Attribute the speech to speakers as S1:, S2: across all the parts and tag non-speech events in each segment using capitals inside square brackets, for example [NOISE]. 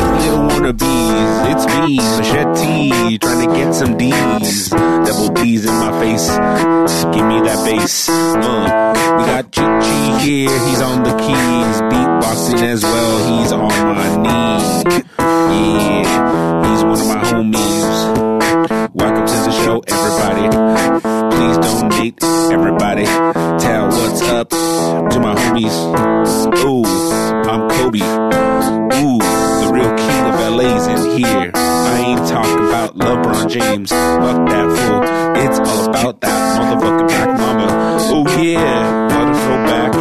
S1: wanna bees. It's me, Machete, trying to get some D's. Double D's in my face. Give me that bass. Uh, we got Chi here, he's on the keys. Beatboxing as well, he's on my knee. Yeah, he's one of my homies. Welcome to the show, everybody. Please don't date everybody. Tell what's up to my homies. Ooh, I'm Kobe. Ooh, the real king of LA's in here. I ain't talking about LeBron James. Fuck that fool. It's all about that motherfucking black mama. Oh yeah, what a throwback.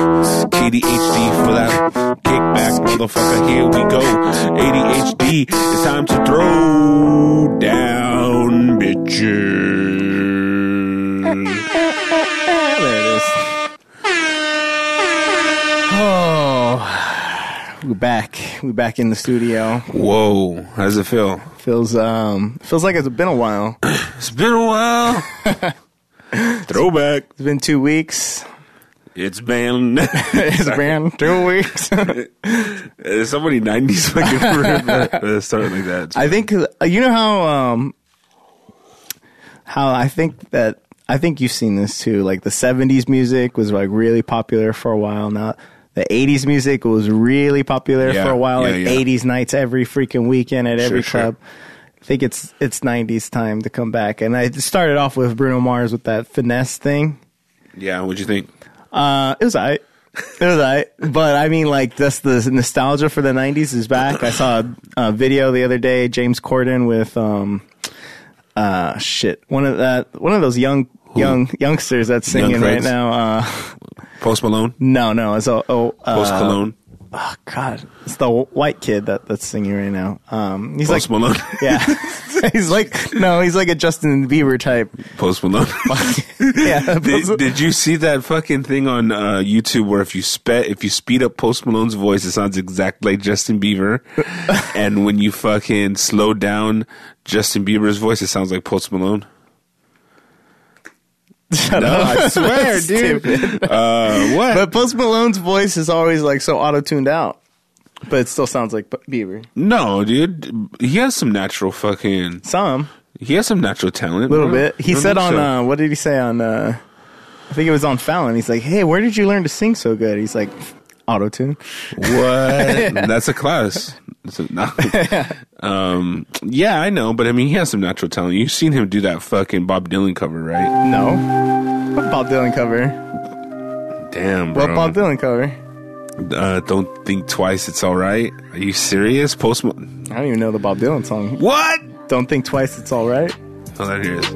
S1: ADHD for that kickback, motherfucker. Here we go. ADHD, it's time to throw down, bitches. There it is.
S2: Oh, we're back. We're back in the studio.
S1: Whoa, how's it feel?
S2: Feels um feels like it's been a while. It's
S1: It's been a while.
S2: [LAUGHS]
S1: Throwback.
S2: been two weeks. [LAUGHS]
S1: It's been. [LAUGHS]
S2: It's been two weeks.
S1: There's so many 90s fucking remember. Something like that.
S2: I think uh, you know how um how I think that I think you've seen this too. Like the '70s music was like really popular for a while. Now the '80s music was really popular
S1: Yeah,
S2: for a while.
S1: yeah,
S2: like
S1: yeah.
S2: '80s nights every freaking weekend at every
S1: sure.
S2: club. I think it's it's '90s time to come back. And I started off with Bruno Mars with that finesse thing.
S1: yeah, what'd you think?
S2: Uh, it was I. It was I. But I mean, like, just the nostalgia for the '90s is back. I saw a, a video the other day, James Corden with um, uh, shit, one of that, one of those young. Young youngsters that's
S1: Young
S2: singing right
S1: Craigs?
S2: now. Uh,
S1: Post Malone?
S2: no, no, it's oh, oh,
S1: Post
S2: uh,
S1: Cologne?
S2: oh, God, it's the white kid that that's singing right now. Um, he's
S1: Post
S2: like,
S1: Malone? [LAUGHS]
S2: yeah, [LAUGHS] he's like, no, he's like a Justin Bieber type.
S1: [LAUGHS] Post Malone?
S2: yeah,
S1: did, did you see that fucking thing on uh, YouTube where if you spe- if you speed up Post Malone's voice, it sounds exactly like Justin
S2: [LAUGHS]
S1: Bieber, and when you fucking slow down Justin Bieber's voice, it sounds like Post Malone. no, I
S2: [LAUGHS]
S1: swear, dude. Uh, what?
S2: But Post Malone's voice is always like so auto tuned out, but it still sounds like B- Bieber.
S1: no, dude. He has some natural fucking.
S2: Some
S1: He has some natural talent.
S2: a little
S1: bro.
S2: bit.
S1: I
S2: He
S1: don't
S2: said
S1: think
S2: on
S1: so.
S2: uh, what did he say on? Uh, I think it was on Fallon. He's like, "Hey, where did you learn to sing so good?" He's like, "Auto tune." [LAUGHS]
S1: What? That's a class. That's a- no. um, yeah, I know, but I mean, he has some natural talent. You've seen him do that fucking Bob Dylan cover, right?
S2: No, what Bob Dylan cover?
S1: Damn, bro.
S2: What Bob Dylan cover?
S1: Uh, don't think twice. It's all right. Are you serious? Post. Mal-
S2: I don't even know the Bob Dylan song.
S1: What?
S2: Don't think twice. It's all right.
S1: Oh, there it is.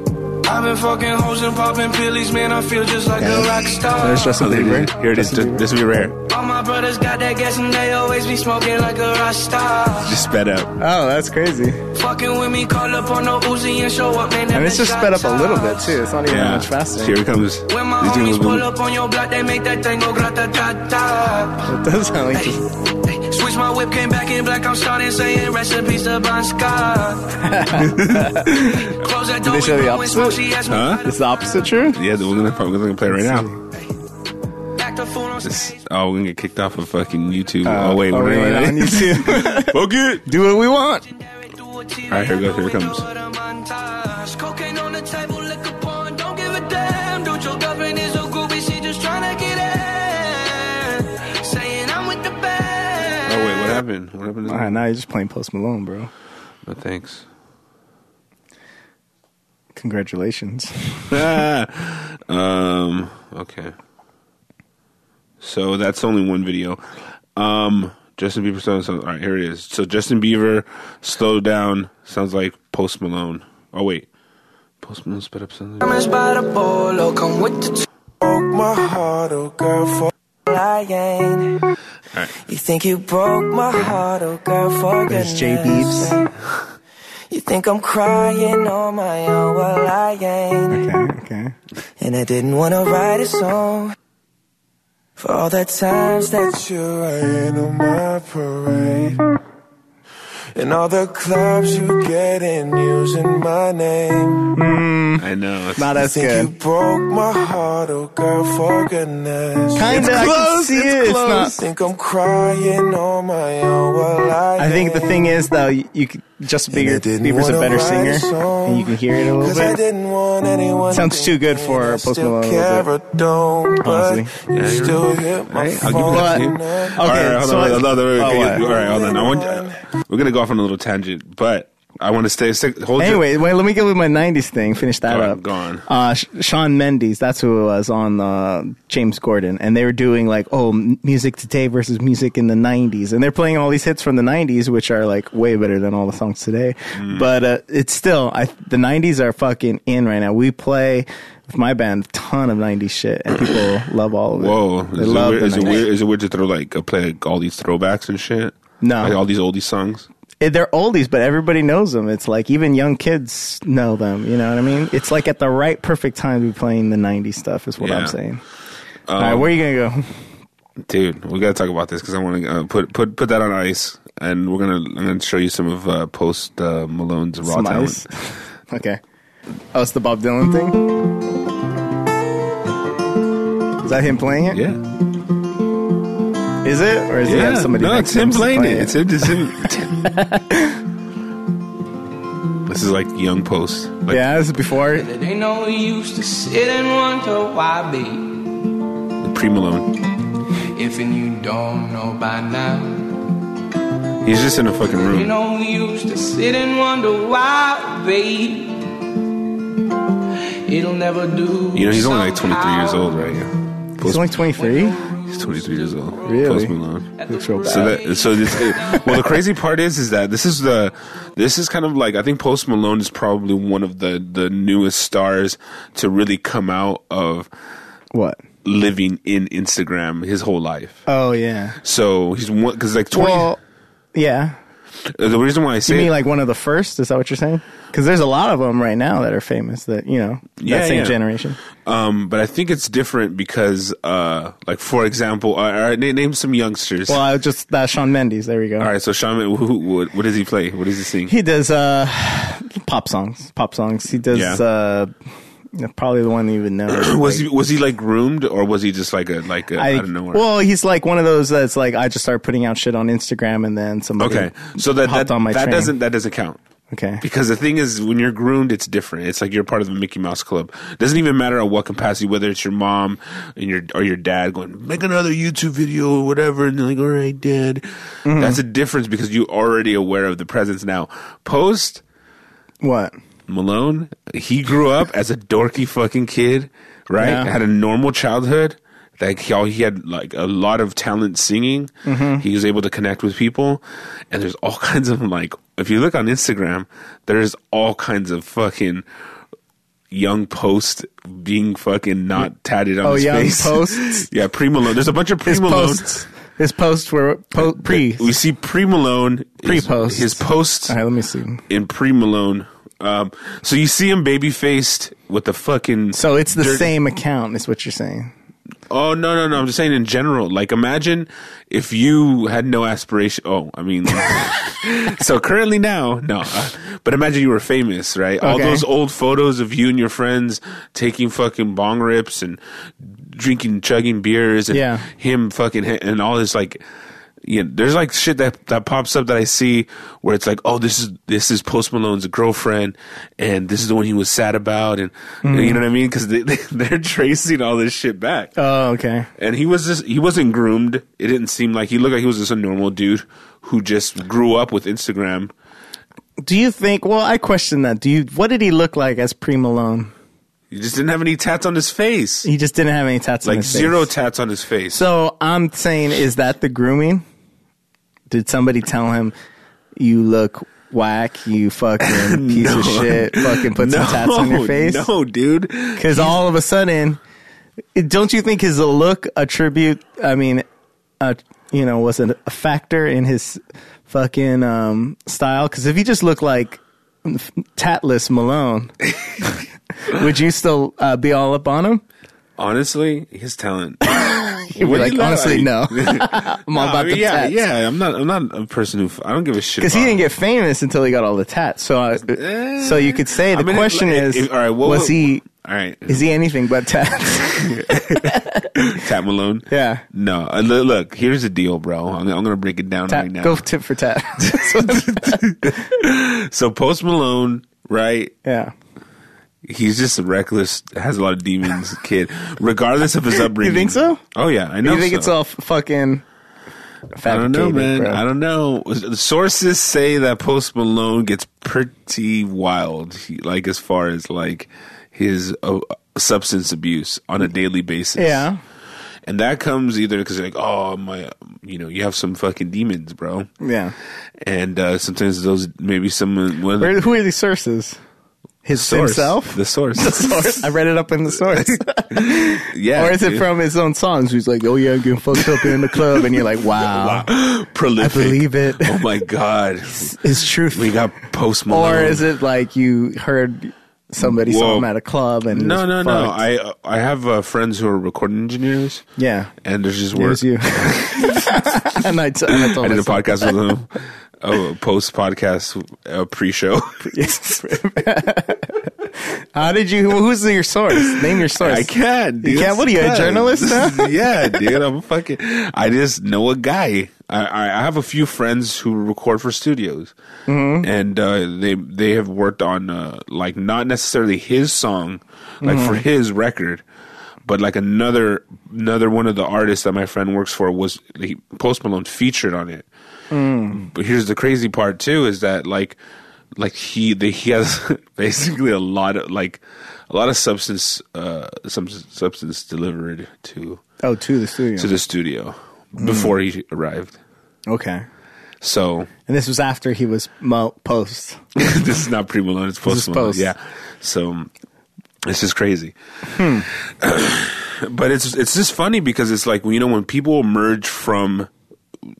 S3: I've been fucking hoes and popping pillies, man. I feel just like a rock star.
S2: There's Justin
S1: Oh, there it is.
S2: Bieber.
S1: Here it is. Just, this will be rare.
S3: All my brothers got that gas and they always be smoking like a rock star.
S1: Just sped up.
S2: Oh, that's crazy.
S3: Fucking with me, call up on no Uzi and show up, man.
S2: And it's just sped up a little bit too. It's not even that
S1: Yeah.
S2: much faster.
S1: Here it comes. These
S3: When my
S1: things
S3: homies pull
S1: will-
S3: up on your block, they make that thing go grata ta ta.
S2: It does sound like just,
S3: Switch my whip, came back in black. I'm starting saying recipes to
S2: [LAUGHS]
S3: Bon Scott. Close that door,
S2: they show
S3: we
S2: the
S3: blowing smoke,
S2: opposite?
S3: she asked me
S1: Huh?
S3: if
S2: it's the opposite true.
S1: Yeah, we're gonna probably we're gonna play it right now.
S3: I back the fool on
S1: This-
S3: stage.
S1: oh, we're gonna get kicked off of fucking YouTube. oh wait,
S2: Oh,
S1: we're
S2: wait,
S1: gonna-
S2: on
S1: [LAUGHS]
S2: [LAUGHS] YouTube.
S1: Fuck it.
S2: Do what we want.
S3: Alright,
S1: here it goes, here it comes.
S3: Cocaine on the table, liquor porn, don't give a damn. Dude, your girlfriend is a groupie, she just tryna get in. Saying I'm with the
S1: Oh
S3: band.
S1: wait, what happened? What happened? To
S2: All right, now you're just playing Post Malone, bro.
S1: No, thanks.
S2: Congratulations.
S1: [LAUGHS] um. Okay. So that's only one video. Um. Justin Bieber sounds. sounds- All right, here it is. So Justin Bieber, slow down. Sounds like Post Malone. Oh wait, Post Malone sped up something.
S3: Diamonds by the polo, come with the t- Broke my heart, oh girl, for lying. You think you broke my heart, oh girl, for
S2: There's Jay
S3: goodness
S2: Biebs.
S3: sake. You think I'm crying on my own, well I ain't.
S2: Okay, okay.
S3: And I didn't wanna write a song for all the times that you rain on my parade. And all the clubs you get in using my name.
S2: Hmm.
S1: I know.
S2: Not as
S3: Think you
S2: good.
S3: broke my heart, oh girl, for goodness.
S2: Kinda, I can
S1: close,
S2: see
S1: it's
S2: it. It's
S1: close.
S2: not.
S3: Think I'm crying on my own, well I
S2: I think the thing is though, you, you could, Justin
S3: And I
S2: Bieber,
S3: didn't
S2: Bieber's a
S3: wanna
S2: better
S3: write
S2: singer,
S3: a song,
S2: and you can hear it a
S3: Cause I
S2: little bit.
S3: didn't want anyone
S2: Sounds too good for Post Malone a little
S3: Don't,
S2: Honestly.
S3: but you still hit my
S1: I'll give it
S2: But
S1: to you.
S2: okay,
S1: all right, hold
S2: so
S1: on,
S2: I-
S1: hold on, hold on,
S2: oh,
S1: hold on.
S2: what?
S1: all right, hold on. I want, we're gonna go off on a little tangent, but I want to stay. Stick, hold your-
S2: Anyway, wait, let me go with my 90s thing, finish that
S1: Go on,
S2: up.
S1: go on.
S2: Uh, Sh- Sean Mendes, that's who it was on uh, James Gordon. And they were doing like, oh, m- music today versus music in the 90s. And they're playing all these hits from the 90s, which are like way better than all the songs today.
S1: Mm.
S2: But uh, it's still, I, the 90s are fucking in right now. We play. With my band, a ton of '90s shit, and people love all of it.
S1: Whoa,
S2: they
S1: is it,
S2: love
S1: weird,
S2: the
S1: is, it
S2: 90s.
S1: weird, is it weird to throw like uh, play like, all these throwbacks and shit?
S2: No.
S1: like, all these oldie songs.
S2: it- they're oldies, but everybody knows them. It's like even young kids know them. You know what I mean? It's like at the right perfect time to be playing the '90s stuff. Is what
S1: Yeah. Um,
S2: I'm saying. All right, where are you gonna go?
S1: Dude, we gotta talk about this because I want to uh, put put put that on ice, and we're gonna I'm gonna show you some of uh, post uh, Malone's raw
S2: Some
S1: talent.
S2: ice? [LAUGHS] okay. Oh, it's the Bob Dylan thing. Is that him playing it? Is
S1: Yeah,
S2: it, or is it
S1: yeah.
S2: have somebody?
S1: no,
S2: next
S1: it's
S2: to
S1: him playing
S2: playing
S1: it. It's him. It's him. [LAUGHS] this is like young post. Like,
S2: yeah, this is before.
S4: It ain't no use to sit and wonder why be
S1: pre Malone.
S4: if and you don't know by now.
S1: He's just in a fucking
S4: Ain't
S1: room.
S4: no use to sit and wonder why be. It'll never do.
S1: You know, he's only like 23 years old right now.
S2: He's
S1: Post,
S2: only 23.
S1: he's 23 years old.
S2: Really?
S1: Post Malone.
S2: Looks real
S1: So
S2: bad.
S1: that so this, well the crazy part is is that this is the this is kind of like I think Post Malone is probably one of the the newest stars to really come out of
S2: What?
S1: living in Instagram his whole life.
S2: Oh yeah.
S1: So he's one because like twenty. uh,
S2: Well, yeah.
S1: the reason why I say
S2: You mean
S1: it-
S2: like one of the first? Is that what you're saying? Because there's a lot of them right now that are famous. That you know, that
S1: Yeah,
S2: same
S1: yeah.
S2: generation.
S1: um, but I think it's different because uh, like for example, uh, all right, na- name some youngsters.
S2: Well, I just that Sean Mendes. There we go.
S1: all right, so Shaman, who, who, what, what does he play? What does he sing?
S2: He does uh, pop songs. Pop songs. He does
S1: Yeah.
S2: uh, you know, probably the one
S1: [CLEARS THROAT]
S2: you would know.
S1: was
S2: like-
S1: he was he like groomed or was he just like a like a I,
S2: I,
S1: don't know.
S2: well, he's like one of those that's like I just started putting out shit on Instagram and then somebody
S1: okay, so that
S2: hopped
S1: that,
S2: on my
S1: that
S2: train.
S1: doesn't that doesn't count.
S2: okay
S1: Because the thing is, when you're groomed, it's different. It's like you're part of the Mickey Mouse Club. doesn't even matter at what capacity, whether it's your mom and your or your dad going make another YouTube video or whatever, and they're like, "All right, dad."
S2: Mm-hmm.
S1: That's a difference because you're already aware of the presence now. Post
S2: what
S1: Malone, he grew up as a dorky fucking kid, right?
S2: Yeah.
S1: Had a normal childhood. Like he, all, he had like a lot of talent singing.
S2: Mm-hmm.
S1: He was able to connect with people, and there's all [LAUGHS] kinds of like. If you look on Instagram, there's all kinds of fucking young post being fucking not tatted on
S2: Oh,
S1: his
S2: young
S1: face. [LAUGHS]
S2: posts?
S1: yeah, pre Malone. There's a bunch of pre
S2: his
S1: Malone.
S2: posts his posts were po- pre
S1: We see pre Malone his-
S2: Pre-posts.
S1: His posts
S2: all right let me see
S1: in pre Malone. Um, so you see him baby faced with the fucking.
S2: so it's the
S1: dirt-
S2: same account is what you're saying
S1: Oh no no no! I'm just saying in general. Like imagine if you had no aspiration. Oh, I mean. [LAUGHS] so currently now no, uh, but imagine you were famous, right? All
S2: Okay.
S1: those old photos of you and your friends taking fucking bong rips and drinking, chugging beers, and
S2: Yeah.
S1: him fucking and all this like. Yeah, there's like shit that that pops up that I see where it's like, oh, this is this is Post Malone's girlfriend, and this is the one he was sad about, and
S2: Mm.
S1: you know what I mean? Because they, [LAUGHS] they they're tracing all this shit back,
S2: oh okay
S1: and he was just he wasn't groomed. It didn't seem like he looked like he was just a normal dude who just grew up with Instagram.
S2: do you think well I question that do you what did he look like as pre Malone
S1: He just didn't have any tats on his face,
S2: he just didn't have any tats on
S1: like
S2: his face.
S1: zero tats on his face.
S2: So I'm saying, is that the grooming? Did somebody tell him you look whack? You fucking
S1: [LAUGHS]
S2: piece of shit! Fucking put some tats on your face.
S1: no, dude.
S2: Because all of a sudden, it- don't you think his look attribute? I mean, uh, you know, was it a factor in his fucking um, style? Because if he just looked like tatless Malone, [LAUGHS] would you still uh, be all up on him?
S1: Honestly, his
S2: [LAUGHS]
S1: talent.
S2: You'd be
S1: What do
S2: like,
S1: you laugh
S2: honestly,
S1: at? [LAUGHS]
S2: no. [LAUGHS] I'm all
S1: No,
S2: about
S1: I mean,
S2: the
S1: yeah,
S2: tats.
S1: yeah. I'm not. I'm not a person who. f- I don't give a shit.
S2: Because he
S1: about-
S2: didn't get famous until he got all the tats. So, I,
S1: Eh.
S2: so you could say
S1: I
S2: the
S1: mean, it-
S2: question
S1: it-
S2: is,
S1: it- all right, what
S2: was
S1: would-
S2: he
S1: All right.
S2: Is he anything but Tats?
S1: Tat Malone?
S2: [LAUGHS] yeah.
S1: No. uh, Look, look, here's the deal, bro. I'm, I'm going to break it down right
S2: Tat,
S1: now.
S2: [LAUGHS] go tip for tat.
S1: So Post Malone, right?
S2: [LAUGHS] yeah.
S1: He's just a reckless, has a lot of
S2: [LAUGHS]
S1: demons kid, regardless of his upbringing.
S2: think so?
S1: Oh yeah, I know.
S2: You think
S1: so.
S2: it's all f- fucking
S1: I don't know,
S2: fabricated,
S1: man.
S2: bro.
S1: I don't know. Sources say that Post Malone gets pretty wild, he, like as far as like his uh, substance abuse on a daily basis.
S2: Yeah.
S1: and that comes either because like, oh my, you know, you have some fucking demons, bro,
S2: Yeah.
S1: and uh, sometimes those maybe someone one of the
S2: Where, who are these sources? His
S1: source,
S2: himself? [LAUGHS]
S1: the source,
S2: source. I read it up in the source.
S1: [LAUGHS] yeah,
S2: or is it
S1: dude.
S2: from his own songs? He's like, oh yeah, I'm getting fucked up in the club. And you're like,
S1: [LAUGHS]
S2: wow,
S1: [LAUGHS] prolific?
S2: believe it.
S1: Oh my god,
S2: it's truth.
S1: we got Post Malone.
S2: or is it like you heard somebody saw
S1: Whoa.
S2: him at a club and it
S1: No,
S2: was
S1: no, no.
S2: fucked?
S1: I I have uh, friends who are recording engineers.
S2: yeah.
S1: and there's just
S2: It
S1: work.
S2: was you. [LAUGHS] and I, t- and I told
S1: I did a
S2: myself-
S1: podcast with [LAUGHS] them, Oh, a uh, post podcast, a pre show.
S2: Yes. [LAUGHS] How did you? Who's your source? Name your source.
S1: I can't, dude.
S2: You can't? What are you, a journalist
S1: [LAUGHS]
S2: now?
S1: yeah, dude. I'm fucking. I just know a guy. I, I I have a few friends who record for studios,
S2: Mm-hmm.
S1: and uh, they they have worked on uh, like not necessarily his song, like for
S2: Mm-hmm.
S1: his record, but like another another one of the artists that my friend works for was he, Post Malone featured on it. But here's the crazy part too is that like like he the, he has [LAUGHS] basically a lot of like a lot of substance uh some substance delivered to
S2: Oh, to the studio.
S1: to the studio
S2: Mm.
S1: before he arrived.
S2: okay.
S1: So [LAUGHS]
S2: And this was after he was mo- post.
S1: this is not Pre Malone, it's
S2: is
S1: Post Malone.
S2: Post.
S1: Yeah. So it's just crazy.
S2: Hmm.
S1: [CLEARS THROAT] but it's it's just funny because it's like you know when people emerge from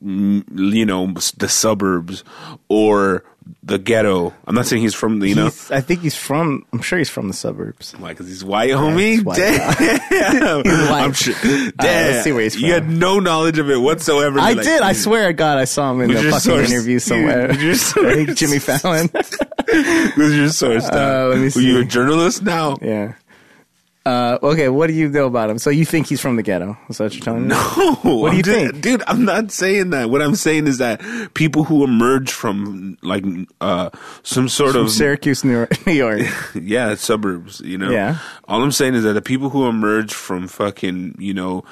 S1: mm, you know the suburbs or the ghetto. I'm not saying he's from the you know
S2: He's- I think he's from. I'm sure he's from the suburbs.
S1: Why? Because he's white, homie.
S2: he's white. [LAUGHS]
S1: Damn,
S2: white.
S1: I'm sure. Damn,
S2: let's see where he's
S1: you
S2: from.
S1: had no knowledge of it whatsoever.
S2: I
S1: You're like,
S2: did. I swear to God, I saw him in
S1: Who's
S2: the
S1: your
S2: fucking
S1: source?
S2: interview somewhere.
S1: [LAUGHS] Who's
S2: [LAUGHS]
S1: your
S2: I think
S1: source?
S2: Jimmy Fallon.
S1: [LAUGHS] Who's your source? now?
S2: Uh, let me
S1: Were you
S2: see.
S1: a journalist now? [LAUGHS]
S2: yeah. Uh, okay, what do you know about him? So you think he's from the ghetto? Is that what you're telling me?
S1: No. What
S2: do you think?
S1: dude? I'm not saying that. What I'm saying is that people who emerge from like uh, some sort
S2: From
S1: of
S2: Syracuse, New York. [LAUGHS]
S1: [LAUGHS]
S2: New York.
S1: yeah, suburbs, you know.
S2: Yeah.
S1: All I'm saying is that the people who emerge from fucking, you know,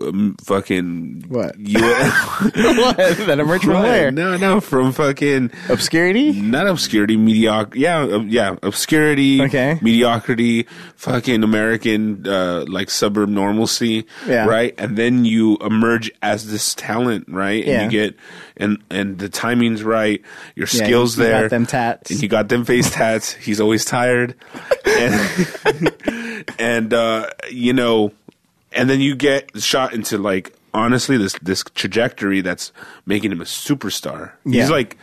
S1: um, fucking
S2: What?
S1: Yeah.
S2: what? That
S1: [LAUGHS]
S2: emerged [LAUGHS] from where?
S1: No, no, from fucking
S2: Obscurity?
S1: not obscurity, mediocrity. Yeah, uh, yeah, obscurity.
S2: Okay.
S1: Mediocrity, fucking American, uh, like suburb normalcy.
S2: Yeah.
S1: Right, and then you emerge as this talent, right?
S2: Yeah.
S1: And you get and and the timing's right, your
S2: Yeah,
S1: skills
S2: you- you got
S1: there,
S2: them tats.
S1: and you got them face tats. He's always tired, and, [LAUGHS] and uh, you know, and then you get shot into like. Honestly, this this trajectory that's making him a superstar.
S2: Yeah.
S1: He's like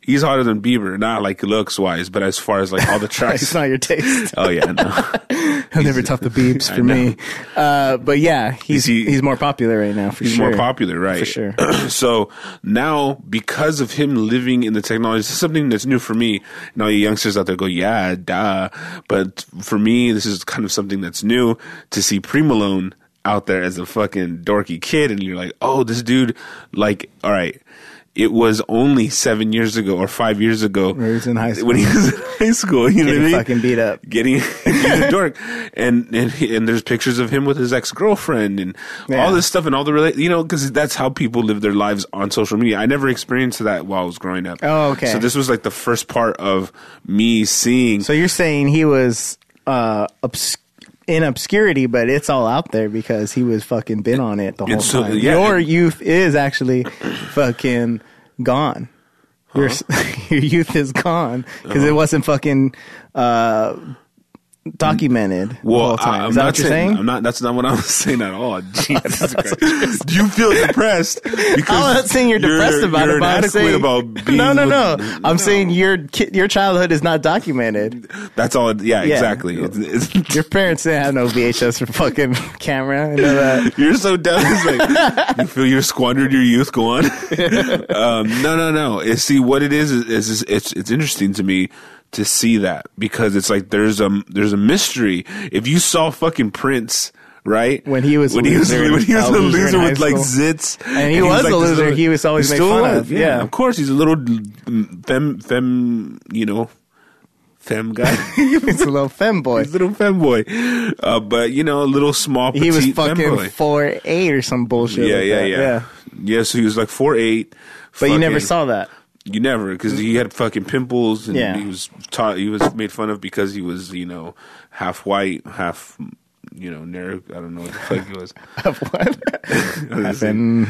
S1: he's hotter than Bieber, not like looks wise, but as far as like
S2: [LAUGHS]
S1: all the [LAUGHS]
S2: It's
S1: tracks.
S2: not your [LAUGHS] taste.
S1: oh yeah, no.
S2: I've never topped the
S1: [LAUGHS]
S2: beeps
S1: I
S2: for
S1: know.
S2: me. Uh, but yeah, he's
S1: he-
S2: he's more popular right now for
S1: he's
S2: sure.
S1: more popular, right?
S2: For sure.
S1: [CLEARS THROAT] so now, because of him living in the technology, this is something that's new for me. And all you youngsters out there go, yeah, duh. But for me, this is kind of something that's new to see Pre Malone out there as a fucking dorky kid, and you're like, oh, this dude, like, all right. It was only seven years ago or five years ago
S2: When he was in high school.
S1: When he was in high school, you know what I mean?
S2: Getting fucking beat up.
S1: getting [LAUGHS] he's
S2: [LAUGHS]
S1: a dork, and and he, and there's pictures of him with his ex girlfriend and
S2: Yeah.
S1: all this stuff and all the rela- you know because that's how people live their lives on social media. I never experienced that while I was growing up.
S2: Oh, okay.
S1: So this was like the first part of me seeing.
S2: So you're saying he was uh, obs- in obscurity, but it's all out there because he was fucking been on it the whole
S1: so-
S2: time.
S1: uh, yeah,
S2: your
S1: and-
S2: youth is actually fucking gone. Your s [LAUGHS] your youth is gone because
S1: Uh-huh.
S2: it wasn't fucking uh, documented the whole time.
S1: I-
S2: is that
S1: not
S2: what you're saying?
S1: I'm not. That's not what I'm [LAUGHS] saying at all.
S2: [LAUGHS]
S1: Jesus Christ. Do you feel depressed? Because
S2: I'm not saying you're depressed about
S1: you're
S2: it. But I'm
S1: inadequate
S2: saying,
S1: about being
S2: [LAUGHS] no, no,
S1: with-
S2: no. I'm saying your ki- your childhood is not documented.
S1: That's all. it- Yeah,
S2: Yeah.
S1: exactly. It's- it's-
S2: Your parents didn't have no VHS for fucking [LAUGHS] camera. You
S1: [LAUGHS]
S2: know that?
S1: You're so dumb. It's like, you feel you squandered your youth. Go
S2: [LAUGHS]
S1: on. um, no, no, no. It, see, what it is is, is, is it's it's interesting to me to see that because it's like there's a there's a mystery. If you saw fucking Prince, right?
S2: When he was a
S1: when he was
S2: loser in-
S1: when he was
S2: a
S1: a
S2: loser in
S1: loser
S2: high
S1: with like
S2: school.
S1: zits,
S2: And he was a
S1: this
S2: loser. He was always
S1: he
S2: made
S1: still
S2: fun
S1: was,
S2: of, yeah.
S1: of course, he's a little mm, fem fem, you know, fem guy. [LAUGHS]
S2: He's a little
S1: He's a
S2: femboy.
S1: little femboy, uh, but you know, a little small.
S2: He was
S1: petite
S2: fucking
S1: femboy.
S2: four eight or some bullshit.
S1: yeah,
S2: like
S1: yeah,
S2: that.
S1: yeah, yeah. so he was like four eight.
S2: But you never saw that. [LAUGHS]
S1: You never, because he had fucking pimples, and
S2: Yeah.
S1: he was taught. He was made fun of because he was, you know, half white, half, you know, narrow. I don't know what the fuck he
S2: [LAUGHS]
S1: was.
S2: Of what? Happened.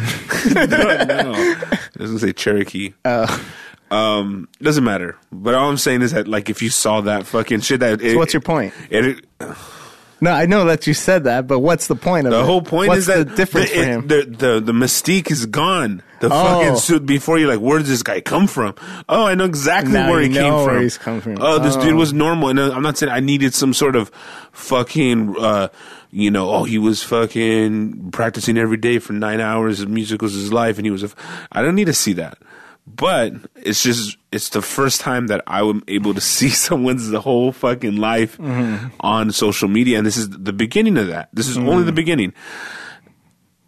S1: no, [LAUGHS] no. It doesn't say Cherokee.
S2: Oh.
S1: Um, doesn't matter. But all I'm saying is that, like, if you saw that fucking shit, that it,
S2: So what's your point?
S1: It,
S2: No, I know that you said that, but what's the point of it?
S1: the whole point
S2: What's
S1: is that
S2: the difference
S1: the,
S2: for
S1: it-
S2: him?
S1: The, the the mystique is gone. The
S2: Oh.
S1: fucking suit before you're like, where does this guy come from? Oh, I know exactly
S2: Now
S1: where
S2: you
S1: he came
S2: know
S1: from.
S2: where he's come from.
S1: Oh, this
S2: Oh.
S1: dude was normal. And uh, I'm not saying I needed some sort of fucking, uh, you know, oh, he was fucking practicing every day for nine hours of musicals his life, and he was. A f- I don't need to see that. But it's just it's the first time that I am able to [LAUGHS] see someone's whole fucking life
S2: Mm-hmm.
S1: on social media, and this is the beginning of that. This is only
S2: Mm-hmm.
S1: the beginning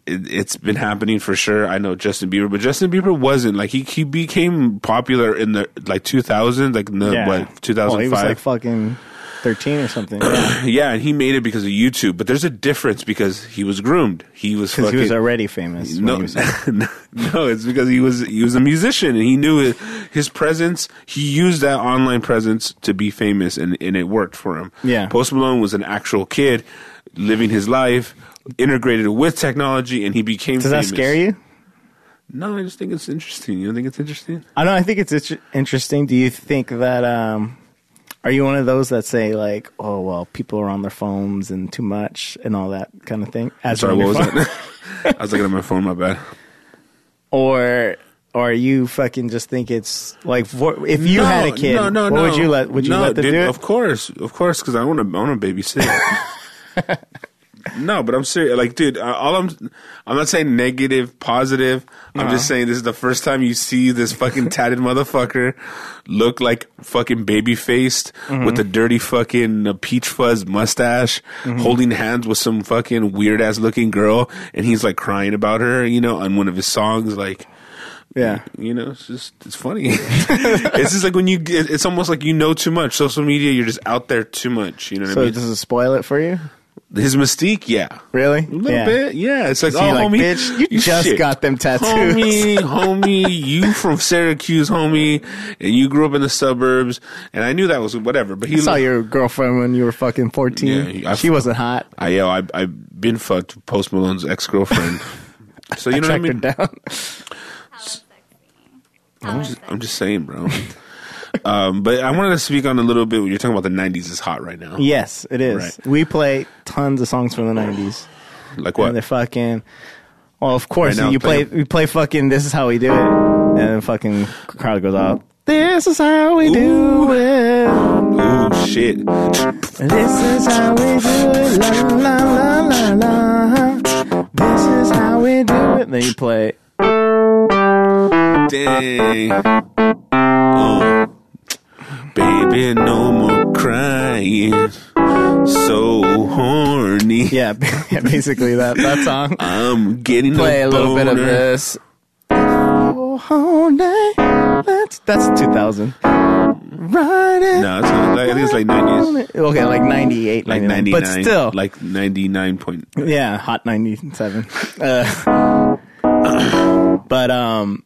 S1: it, it's been happening for sure. I know Justin Bieber, but Justin Bieber wasn't like he he became popular in the like 2000, like in the what
S2: Well, Oh, he
S1: 2005.
S2: was like fucking thirteen or something.
S1: [LAUGHS]
S2: Because
S1: yeah, and he made it because of YouTube. But there's a difference because he was groomed. He was fucking.
S2: he was already famous.
S1: [LAUGHS]
S2: when
S1: no,
S2: he was-
S1: [LAUGHS] no, it's because he was he was a musician and he knew his, his presence. He used that online presence to be famous, and, and it worked for him.
S2: Yeah.
S1: Post Malone was an actual kid living his life, integrated with technology, and he became.
S2: Does that
S1: famous.
S2: scare you?
S1: No, I just think it's interesting. You don't think it's interesting?
S2: I know. I think it's itch- interesting. Do you think that? um Are you one of those that say like, "Oh well, people are on their phones and too much and all that kind of thing"? As
S1: Sorry,
S2: on
S1: what
S2: your
S1: was
S2: phone?
S1: that? [LAUGHS] I was looking at my phone. My bad.
S2: [LAUGHS] Or or you fucking just think it's like, for, if you
S1: no,
S2: had a kid,
S1: no, no,
S2: what
S1: no.
S2: would you let? Would you
S1: no,
S2: let them
S1: dude,
S2: do it?
S1: Of course, of course, because I want to, I want to
S2: [LAUGHS]
S1: babysit. no, but I'm serious. Like, dude, uh, all I'm, I'm not saying negative, positive. I'm
S2: Uh-huh.
S1: just saying this is the first time you see this
S2: [LAUGHS]
S1: fucking tatted motherfucker look like fucking baby faced
S2: Mm-hmm.
S1: with a dirty fucking uh, peach fuzz mustache,
S2: Mm-hmm.
S1: holding hands with some fucking weird ass looking girl, and he's like crying about her, you know, on one of his songs, like.
S2: yeah.
S1: You know, it's just it's funny. [LAUGHS] it's just like when you get- it's almost like you know too much. Social media, you're just out there too much. You know what
S2: So
S1: I mean?
S2: does it spoil it for you?
S1: His mystique, yeah.
S2: Really?
S1: A little bit, yeah. It's like,
S2: So
S1: oh,
S2: you're like,
S1: homie,
S2: bitch, you just
S1: shit.
S2: got them tattoos.
S1: homie, homie. You from Syracuse, homie, and you grew up in the suburbs. And I knew that was whatever. But he
S2: You saw your girlfriend when you were fucking fourteen.
S1: Yeah, I-
S2: she wasn't hot.
S1: I, yo, I, I've been fucked with Post Malone's ex
S2: [LAUGHS]
S1: girlfriend. so you know what I
S2: Tracked
S1: mean?
S2: her down. [LAUGHS]
S1: I'm just, I'm just saying, bro. um, but I wanted to speak on a little bit. You're talking about the '90s is hot right now.
S2: yes, it is.
S1: Right.
S2: We play tons of songs from the nineties.
S1: Like
S2: And they're
S1: what?
S2: fucking. Well, of course
S1: Right now,
S2: you play.
S1: play
S2: We play fucking. This is how we do it, and then fucking crowd goes out. This is how we do it.
S1: Oh shit!
S2: This is how we do it. La la la la la. This is how we do it. Then you play.
S1: Dang. Uh, baby, no more crying. So horny.
S2: Yeah, [LAUGHS] yeah, basically that that song.
S1: I'm getting
S2: play a little bit of
S1: boner.
S2: this. Oh, night. That's that's 2000. Riding.
S1: No, it's not, like, I think it's like '90s,
S2: Okay, like 98,
S1: like
S2: 99.
S1: '99,
S2: But still.
S1: like '99
S2: [LAUGHS]
S1: point.
S2: yeah, hot 97. Uh, [COUGHS] but um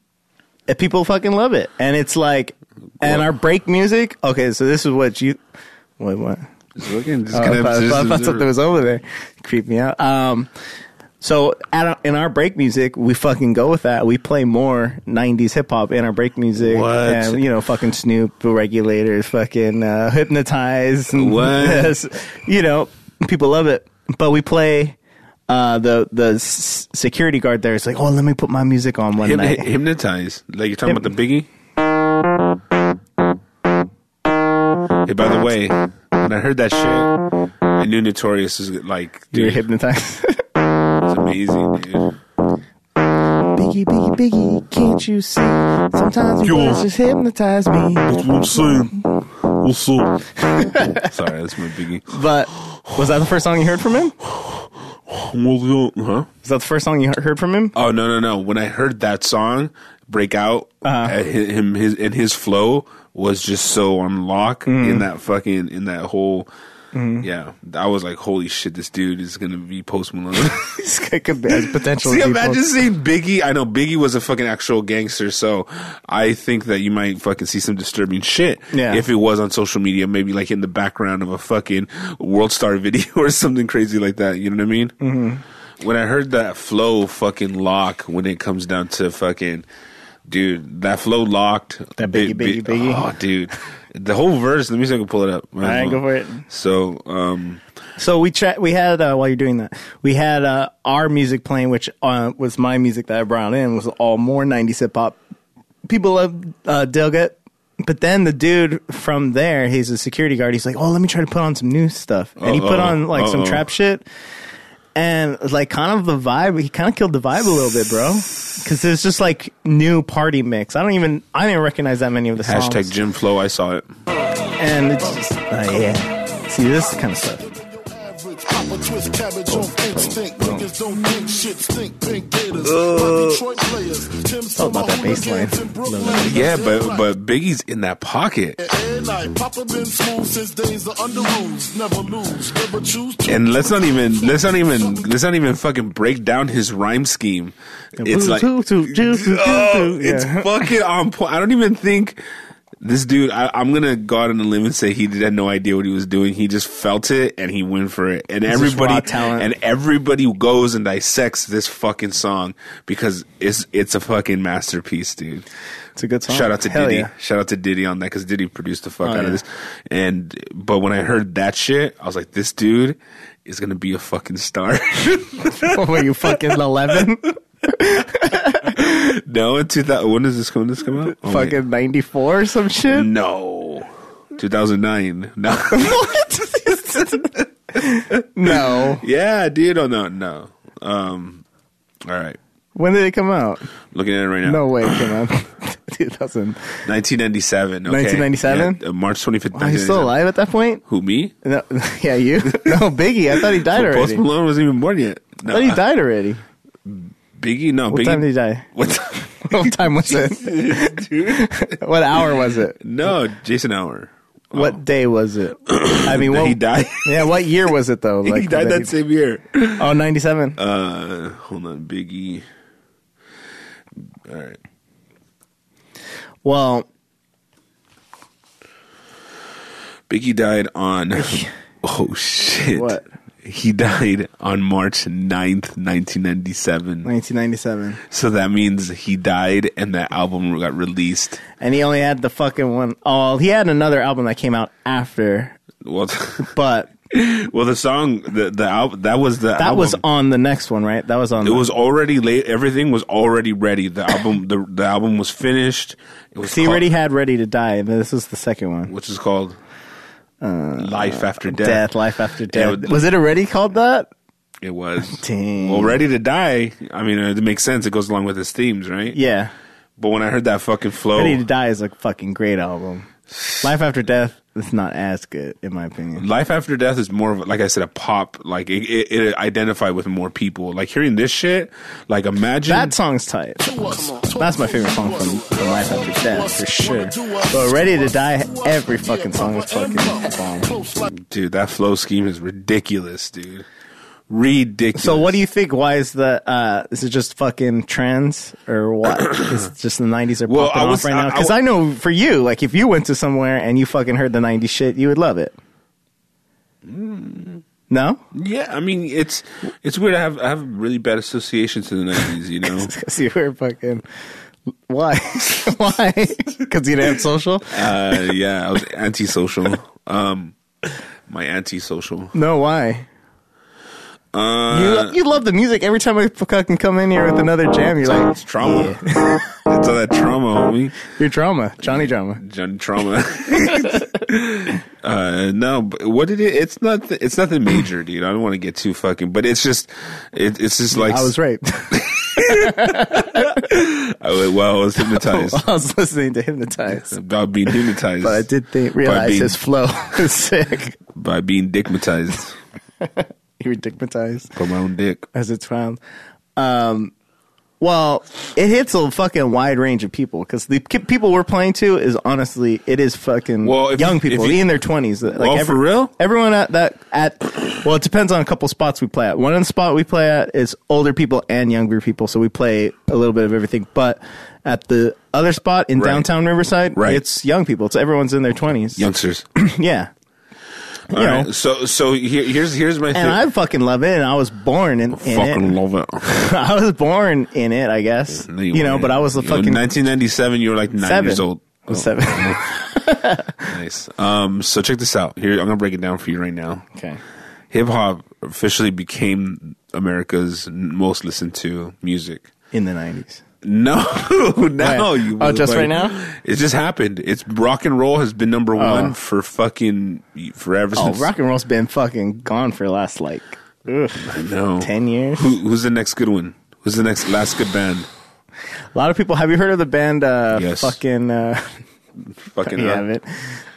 S2: eh, people fucking love it. And it's like and our break music. Okay, so this is what you Wait, what?
S1: Just looking, just
S2: Oh,
S1: kind
S2: I
S1: of-
S2: thought,
S1: just-
S2: I thought something was over there. Creep me out. Um, so at our, in our break music, we fucking go with that. We play more '90s hip hop in our break music,
S1: What?
S2: and you know, fucking Snoop, the Regulators, fucking uh, Hypnotize, and
S1: What?
S2: [LAUGHS] Yes, you know, people love it. But we play uh, the the s- security guard there. It's like, oh, let me put my music on one
S1: Hyp-
S2: night.
S1: hypnotize. Like you're talking about the Biggie. Hey, by the way, when I heard that shit, I knew Notorious was like,
S2: You're
S1: dude,
S2: hypnotized. [LAUGHS]
S1: it's amazing, dude.
S2: biggie, biggie, biggie, can't you see? Sometimes you
S1: Yo.
S2: just hypnotize me.
S1: That's what I'm saying. What's up? [LAUGHS] Sorry, that's my biggie.
S2: But was that the first song you heard from him?
S1: What's up? Huh?
S2: Was that the first song you he- heard from him?
S1: Oh no no no! When I heard that song break out, uh, hi- him his and his flow was just so on lock in that fucking in that whole. Yeah, I was like, "Holy shit, this dude is gonna be Post Malone." [LAUGHS]
S2: He's got [LAUGHS] potential.
S1: See,
S2: people.
S1: imagine seeing Biggie. I know Biggie was a fucking actual gangster, so I think that you might fucking see some disturbing shit
S2: Yeah.
S1: if it was on social media, maybe like in the background of a fucking world star [LAUGHS] video or something crazy like that. You know what I mean? Mm-hmm. When I heard that flow fucking lock, when it comes down to fucking. Dude, that flow locked.
S2: That
S1: Bi-
S2: Biggie,
S1: bi-
S2: Biggie, Biggie.
S1: Oh, dude. The whole verse, let me see if I can pull it up. All
S2: right, go for it.
S1: So, um,
S2: So we tra- we had uh, while you're doing that, we had uh, our music playing, which uh, was my music that I brought in, was all more '90s hip hop. People love uh, Dilget, but then the dude from there, he's a security guard. He's like, "Oh, let me try to put on some new stuff," and he put
S1: Uh-oh.
S2: on like some
S1: Uh-oh.
S2: trap shit. And like kind of the vibe, he kind of killed the vibe a little bit, bro. Because it's just like new party mix. I don't even, I didn't recognize that many of the songs.
S1: hashtag Jim Flow, I saw it.
S2: and it's just, uh, yeah. See this kind of stuff.
S5: average. Pop a twist cabbage on instinct.
S2: Oh.
S5: Niggas don't think shit stink. Pink gators. My Detroit players. Tim's
S2: Oh, about that bass
S5: hooligans
S2: line.
S5: in Brooklyn.
S1: Yeah, but but Biggie's in that pocket.
S5: And I, Papa been smooth since days of under rules. Never lose, never choose to.
S1: And let's not even let's not even let's not even fucking break down his rhyme scheme. It's like
S2: Toot, toot, toot, toot,
S1: oh,
S2: toot, toot.
S1: it's
S2: Yeah.
S1: fucking on point. I don't even think this dude. I, I'm gonna go out on a limb and say he did had no idea what he was doing. He just felt it and he went for it. And
S2: just raw
S1: everybody
S2: talent.
S1: and everybody goes and dissects this fucking song because it's it's a fucking masterpiece, dude.
S2: It's a good song.
S1: Shout out to
S2: Hell
S1: Diddy.
S2: Yeah. [LAUGHS]
S1: Shout out to Diddy on that because Diddy produced the fuck
S2: Oh,
S1: out
S2: yeah.
S1: of this. And but when I heard that shit, I was like, this dude is gonna be a fucking star. [LAUGHS]
S2: What were you fucking eleven?
S1: Oh, no, in two thousand when does this come? This come out? Oh, wait.
S2: fucking ninety four or some shit?
S1: no, two thousand nine. [LAUGHS] No,
S2: What? [LAUGHS] no.
S1: yeah, dude. Oh no, no. Um, all right.
S2: When did it come out?
S1: Looking at it right now.
S2: No way it came out. [LAUGHS] 2000.
S1: 1997. Okay.
S2: 1997?
S1: Yeah, uh, March 25th.
S2: Are you still
S1: 1997.
S2: alive at that point?
S1: Who me?
S2: No, [LAUGHS]
S1: [LAUGHS]
S2: yeah, you. No, Biggie. I thought he died
S1: Well, Post
S2: already.
S1: Malone wasn't even born yet.
S2: I
S1: No,
S2: thought he died already.
S1: Biggie. No,
S2: What
S1: Biggie.
S2: time did he die?
S1: [LAUGHS] What time? [LAUGHS]
S2: What time was it?
S1: dude.
S2: What hour was it?
S1: No, Jason Hour.
S2: What day
S1: [COUGHS]
S2: was it? I
S1: Oh.
S2: mean,
S1: That
S2: what,
S1: he
S2: [LAUGHS]
S1: died.
S2: Yeah, what year was it
S1: [LAUGHS]
S2: though?
S1: he died that same year.
S2: Oh, 97.
S1: Uh, hold on, Biggie. All right.
S2: well,
S1: Biggie died
S2: [LAUGHS]
S1: on. Oh shit!
S2: What?
S1: He died on March 9th, 1997.
S2: 1997.
S1: So that means he died and that album got released.
S2: And he only had the fucking one. Oh, he had another album that came out after,
S1: Well, [LAUGHS]
S2: but
S1: well the song, the, the album, that was the
S2: that
S1: album.
S2: was on the next one, right? That was on.
S1: It
S2: the,
S1: was already late. Everything was already ready. The album, the, the album was finished. It was
S2: he
S1: called-
S2: already had "Ready to Die." and This is the second one.
S1: which is called Uh, Life After Death.
S2: Death, life after
S1: Yeah,
S2: death. was it already called that?
S1: It was.
S2: Dang.
S1: Well, Ready to Die, I mean, uh, it makes sense. It goes along with his themes, right?
S2: Yeah,
S1: But when I heard that fucking flow,
S2: "Ready to Die" is a fucking great album. Life after death is not as good, in my opinion.
S1: Life After Death is more of, like I said, a pop. Like, it, it, it identified with more people. Like, hearing this shit, like, imagine.
S2: That song's tight. That's my favorite song from, from Life After Death for sure. But "Ready to Die," every fucking song is fucking bomb.
S1: dude, that flow scheme is ridiculous, dude. Ridiculous.
S2: So what do you think? Why is the uh, is it just fucking trends
S1: [CLEARS THROAT]
S2: or what? is it just the '90s are
S1: Well,
S2: popping
S1: I was-
S2: off right now?
S1: I- I
S2: Because
S1: w-
S2: I, know for you, like if you went to somewhere and you fucking heard the '90s shit, you would love it.
S1: Mm.
S2: No, [LAUGHS]
S1: Yeah, I mean, it's it's weird. I have I have really bad associations to the 90s, you
S2: [LAUGHS]
S1: know?
S2: because you were fucking. Why? [LAUGHS]
S1: [LAUGHS]
S2: Why? Because you didn't have social?
S1: uh, yeah, I was antisocial. Um, my antisocial.
S2: No, why?
S1: Uh, Oh.
S2: You, lo- you love the music. Every time I fucking come in here with another jam, you're like,
S1: it's trauma. [LAUGHS] it's all that trauma, homie.
S2: you're drama, Johnny drama.
S1: John trauma. [LAUGHS] uh, no, but what did it? It's not. It's nothing major, dude. I don't want to get too fucking. But it's just. It, it's just like
S2: I was right.
S1: I was, well, I
S2: [LAUGHS]
S1: was hypnotized.
S2: I was listening to Hypnotize.
S1: About being hypnotized.
S2: But I did think,
S1: By
S2: realize
S1: being-
S2: his flow [LAUGHS] is sick.
S1: By being dickmatized.
S2: You were dickmatized.
S1: by my own dick.
S2: as it's found. Um, well, it hits a fucking wide range of people because the ki- people we're playing to is honestly it is fucking
S1: Well, if
S2: young
S1: you-
S2: people
S1: if you-
S2: in their twenties. Like
S1: Oh, for real?
S2: everyone at that at well, it depends on a couple spots we play at. One spot we play at is older people and younger people, so we play a little bit of everything. But at the other spot in
S1: Right.
S2: downtown Riverside,
S1: Right.
S2: it's young people. It's everyone's in their twenties. [CLEARS THROAT]
S1: Youngsters.
S2: [LAUGHS] Yeah, you
S1: All
S2: know.
S1: right, So so here, here's here's my
S2: And I
S1: thing.
S2: fucking love it, and I was born in, in it.
S1: fucking love it.
S2: I was born in it, I guess.
S1: No,
S2: [LAUGHS] you know,
S1: weren't.
S2: but I was a
S1: You were
S2: fucking
S1: 1997. You were like nine
S2: seven.
S1: years old. Oh.
S2: I was seven.
S1: Nice. Um. So check this out. Here, I'm gonna break it down for you right now.
S2: [LAUGHS] okay.
S1: Hip hop officially became America's most listened to music. [LAUGHS]
S2: In the nineties.
S1: No, no,
S2: Wait.
S1: you.
S2: Oh, just
S1: motherfucker.
S2: right now?
S1: It just happened. It's rock and roll has been number one for fucking forever
S2: Oh,
S1: since.
S2: rock and roll's been fucking gone for the last like ugh,
S1: no,
S2: ten years.
S1: Who, who's the next good one? Who's the next last good band?
S2: A lot of people have you heard of the band uh
S1: Yes. [LAUGHS]
S2: fucking uh
S1: Fucking
S2: you
S1: uh,
S2: haven't.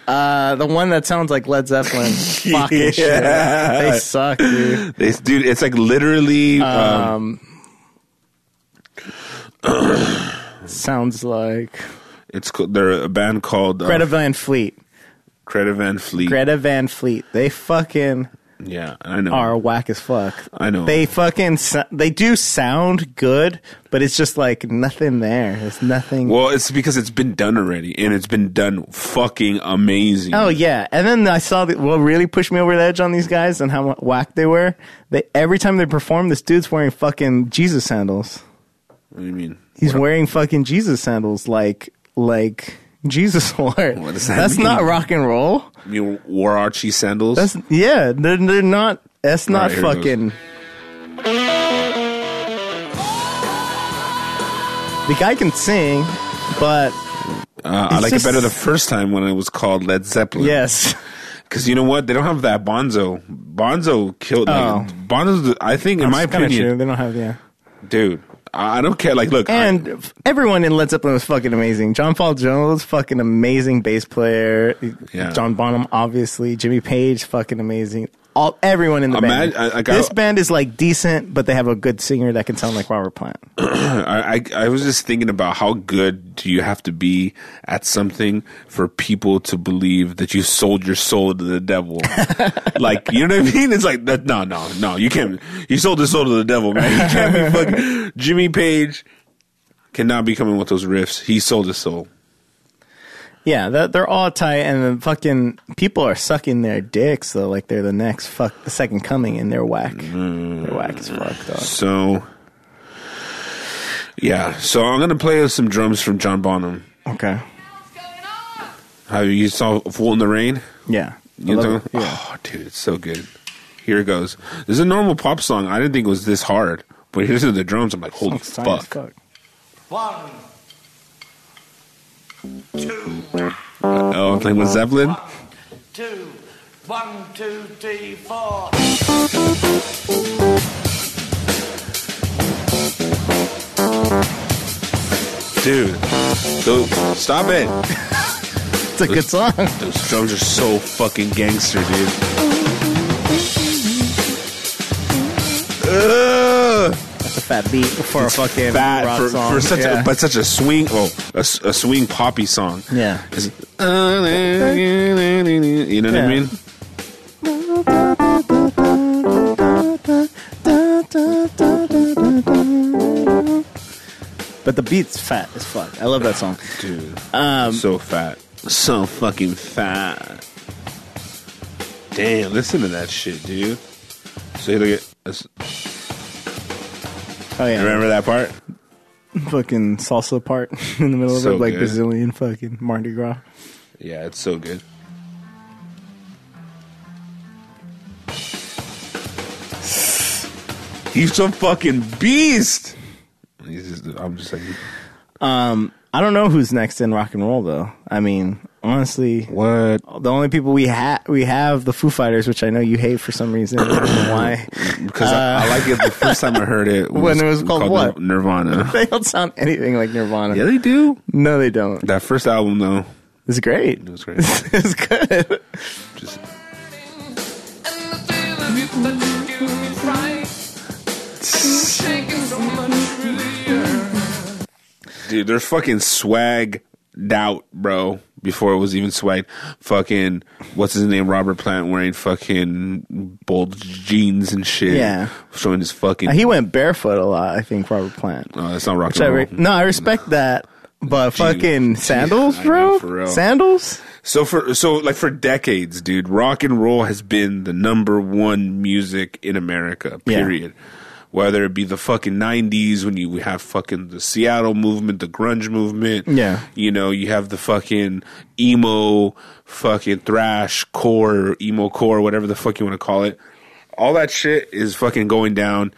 S2: Uh the one that sounds like
S1: [LAUGHS]
S2: Led Zeppelin. fucking shit.
S1: Yeah.
S2: They suck, dude.
S1: It's, dude, it's like literally.
S2: Uh,
S1: um,
S2: Sounds like
S1: it's called, they're a band called uh,
S2: Greta Van Fleet.
S1: Greta Van Fleet.
S2: Greta Van Fleet. They fucking
S1: yeah, I know.
S2: are whack as fuck.
S1: I know.
S2: They fucking so- they do sound good, but it's just like nothing there. There's nothing.
S1: well, it's because it's been done already, and it's been done fucking amazing.
S2: Oh yeah, and then I saw that what really pushed me over the edge on these guys and how whack they were. They every time they perform, this dude's wearing fucking Jesus sandals.
S1: What do you mean?
S2: He's wearing fucking Jesus sandals, like like Jesus [LAUGHS] wore.
S1: What does that
S2: That's not
S1: mean?
S2: rock and roll.
S1: You wore Archie sandals?
S2: That's yeah. They're they're not. That's not
S1: Alright, here it goes.
S2: fucking. The guy can sing, but
S1: uh, I
S2: it's
S1: like
S2: just-
S1: it better the first time when it was called Led Zeppelin.
S2: yes,
S1: Because you know what? They don't have that Bonzo. Bonzo killed. Like,
S2: Oh.
S1: Bonzo's, I think, in my
S2: It's kinda true.
S1: opinion,
S2: they don't have yeah.
S1: dude, I I don't care. Like, look. I-
S2: And f- everyone in Led Zeppelin was fucking amazing. John Paul Jones, fucking amazing bass player.
S1: Yeah.
S2: John Bonham, obviously. Jimmy Page, fucking amazing. All everyone in the
S1: Imag-
S2: band.
S1: I- I got-
S2: this band is like decent, but they have a good singer that can sound like Robert Plant.
S1: I, I I was just thinking about how good do you have to be at something for people to believe that you sold your soul to the devil? like you know what I mean? It's like that. No, no, no. You can't. You sold your soul to the devil, man. You can't be fucking Jimmy Page. Cannot be coming with those riffs. He sold his soul.
S2: Yeah, they're, they're all tight, and the fucking people are sucking their dicks though, like they're the next fuck, the second coming, and they're whack. They're whack as fuck, dog.
S1: So yeah. So I'm gonna play some drums from John Bonham.
S2: Okay,
S1: Have you saw Fool in the Rain?
S2: yeah, I
S1: You
S2: love
S1: know?
S2: it. yeah.
S1: Oh, dude, it's so good. Here it goes. This is a normal pop song. I didn't think it was this hard, but here's the drums. I'm like, holy
S2: It's tight as
S1: fuck.
S6: One, two,
S1: Oh, I'm playing with Zeppelin.
S6: two, one, two, three, four.
S1: Dude, those, stop it.
S2: [LAUGHS] It's a good song.
S1: Those drums are so fucking gangster, dude. Ugh,
S2: That's a fat beat for a fucking
S1: fat
S2: rock
S1: for,
S2: song.
S1: for such
S2: yeah.
S1: a but such a swing oh a, s- a swing poppy song
S2: Yeah.
S1: It's- you know what
S2: Yeah.
S1: I mean
S2: But the beat's fat as fuck. I love that song.
S1: Dude, so fat, Um, so fucking fat. Damn, listen to that shit, dude. So you look at, that's-
S2: Oh yeah,
S1: remember that part?
S2: fucking salsa part [LAUGHS] in the middle of
S1: So
S2: it, like
S1: good.
S2: Brazilian fucking Mardi Gras.
S1: Yeah, it's so good. He's a fucking beast. He's just, I'm just like,
S2: I don't know who's next in rock and roll though. I mean, honestly,
S1: What?
S2: the only people we have we have the Foo Fighters, which I know you hate for some reason. I don't know
S1: [COUGHS]
S2: why
S1: Because I, I like it. The first time I heard it,
S2: [LAUGHS] When it was called what?
S1: Nir-
S2: [LAUGHS]
S1: Nirvana.
S2: they don't sound anything like Nirvana?
S1: yeah, they do.
S2: No, they don't.
S1: That first album though,
S2: It's great.
S1: it was great.
S2: [LAUGHS] it's good.
S1: Just [LAUGHS] dude, they're fucking swag out, bro. Before it was even swag, fucking what's his name, Robert Plant wearing fucking bold jeans and shit.
S2: Yeah.
S1: showing his fucking.
S2: Uh, He went barefoot a lot, I think, Robert Plant.
S1: oh, that's not rock
S2: Which I
S1: and
S2: re-
S1: roll.
S2: no, I respect that. But fucking
S1: Gee,
S2: sandals,
S1: I know,
S2: bro?
S1: for real.
S2: Sandals?
S1: So for so like for decades, dude, rock and roll has been the number one music in America.
S2: Yeah.
S1: Period. Whether it be the fucking '90s when you we have fucking the Seattle movement, the grunge movement.
S2: Yeah.
S1: you know you have the fucking emo, fucking thrash core, emo core, whatever the fuck you want to call it. All that shit is fucking going down.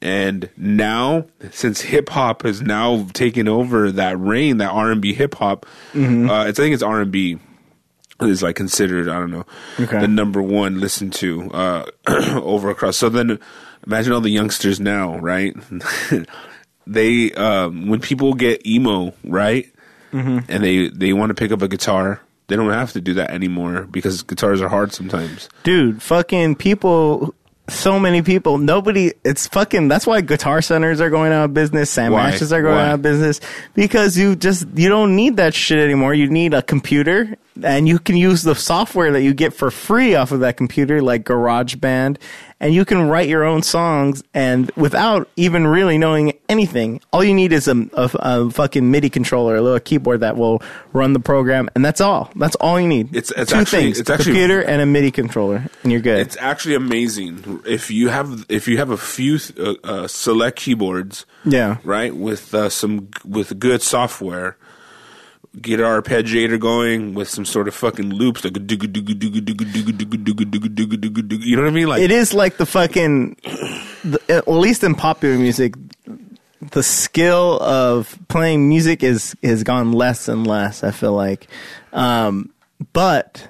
S1: And now, since hip hop has now taken over that reign, that R and B hip hop,
S2: Mm-hmm.
S1: uh, it's I think it's R and B is like considered I don't know
S2: Okay.
S1: the number one listened to uh, [CLEARS THROAT] over across. So then, imagine all the youngsters now, right? [LAUGHS] they um, when people get emo, right, and they they want to pick up a guitar. They don't have to do that anymore because guitars are hard sometimes.
S2: Dude, fucking people. So many people. Nobody. It's fucking. That's why guitar centers are going out of business. Sam
S1: Why?
S2: Ashes are going
S1: Why?
S2: out of business because you just you don't need that shit anymore. You need a computer, and you can use the software that you get for free off of that computer, like GarageBand, and you can write your own songs and without even really knowing anything. All you need is a, a, a fucking MIDI controller, a little keyboard that will run the program, and that's all. That's all you need.
S1: It's- it's actually- it's actually-
S2: computer and a MIDI controller, and you're good.
S1: It's actually amazing if you have if you have a few uh, uh, select keyboards,
S2: yeah.
S1: right? With uh, some with good software, get our arpeggiator going with some sort of fucking loops like a dooga dooga dooga dooga dooga dooga dooga dooga dooga dooga dooga. You know what I mean? Like
S2: It is like the fucking, the, at least in popular music, the skill of playing music is has gone less and less. I feel like, um, but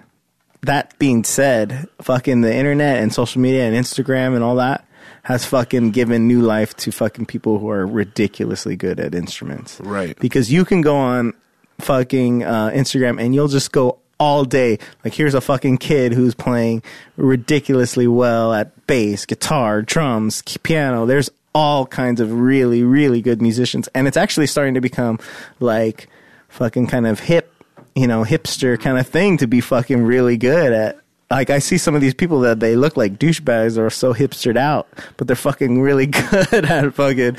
S2: that being said, fucking the internet and social media and Instagram and all that has fucking given new life to fucking people who are ridiculously good at instruments.
S1: Right.
S2: Because you can go on fucking uh, Instagram and you'll just go all day. Like, here's a fucking kid who's playing ridiculously well at bass, guitar, drums, k- piano. There's all kinds of really, really good musicians. And it's actually starting to become like fucking kind of hip, you know, hipster kind of thing to be fucking really good at. Like I see some of these people that they look like douchebags or so hipstered out, but they're fucking really [LAUGHS] good at fucking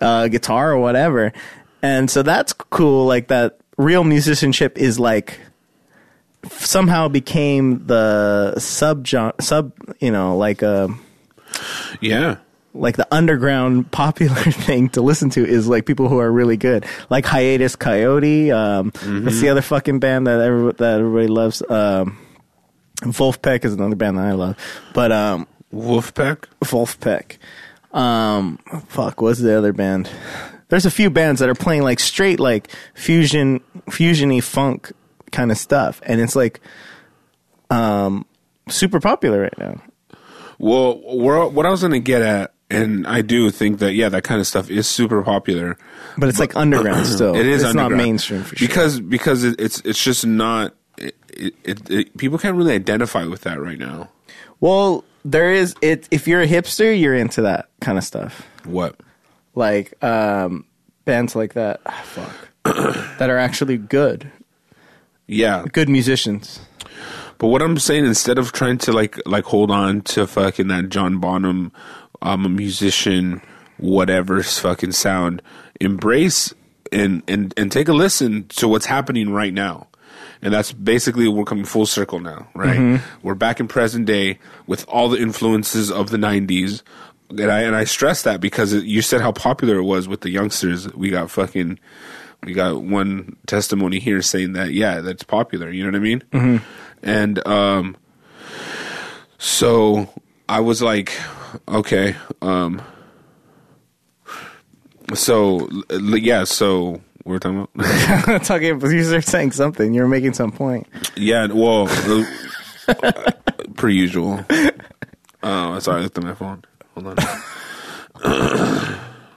S2: uh, guitar or whatever. And so that's cool. Like that real musicianship is like somehow became the sub sub you know like uh
S1: yeah.
S2: like the underground [LAUGHS] popular thing to listen to is like people who are really good, like Hiatus Coyote. Um,
S1: Mm-hmm.
S2: What's the other fucking band that everybody, that everybody loves? Um, Wolfpack is another band that I love, but um,
S1: Wolfpack.
S2: Wolfpack. Um, fuck, what's the other band? There's a few bands that are playing like straight like fusion, fusiony funk kind of stuff, and it's like, um, super popular right now.
S1: Well, where, what I was going to get at, and I do think that yeah, that kind of stuff is super popular.
S2: But it's
S1: [CLEARS THROAT]
S2: like underground still.
S1: It is
S2: Oh, It's not
S1: underground.
S2: mainstream for sure.
S1: because because it, it's it's just not. It, it, it, people can't really identify with that right now.
S2: Well, there is it. If you're a hipster, you're into that kind of stuff,
S1: What?
S2: like um, bands like that. Ah, fuck, [COUGHS] that are actually good,
S1: Yeah,
S2: good musicians. [LAUGHS]
S1: But what I'm saying, instead of trying to like like hold on to fucking that John Bonham, I'm a musician, whatever's fucking sound, embrace and and and take a listen to what's happening right now. And that's basically we're coming full circle now, right? We're back in present day with all the influences of the '90s, and I and I stress that because it, you said how popular it was with the youngsters. We got fucking, we got one testimony here saying that yeah, that's popular. You know what I mean? Mm-hmm. And um, so I was like, okay, um, so l- l- yeah, so we were talking about?
S2: [LAUGHS] talking about you were saying something. You were making some point.
S1: yeah, well, uh, pretty usual. Oh, sorry, I looked at my phone. Hold on.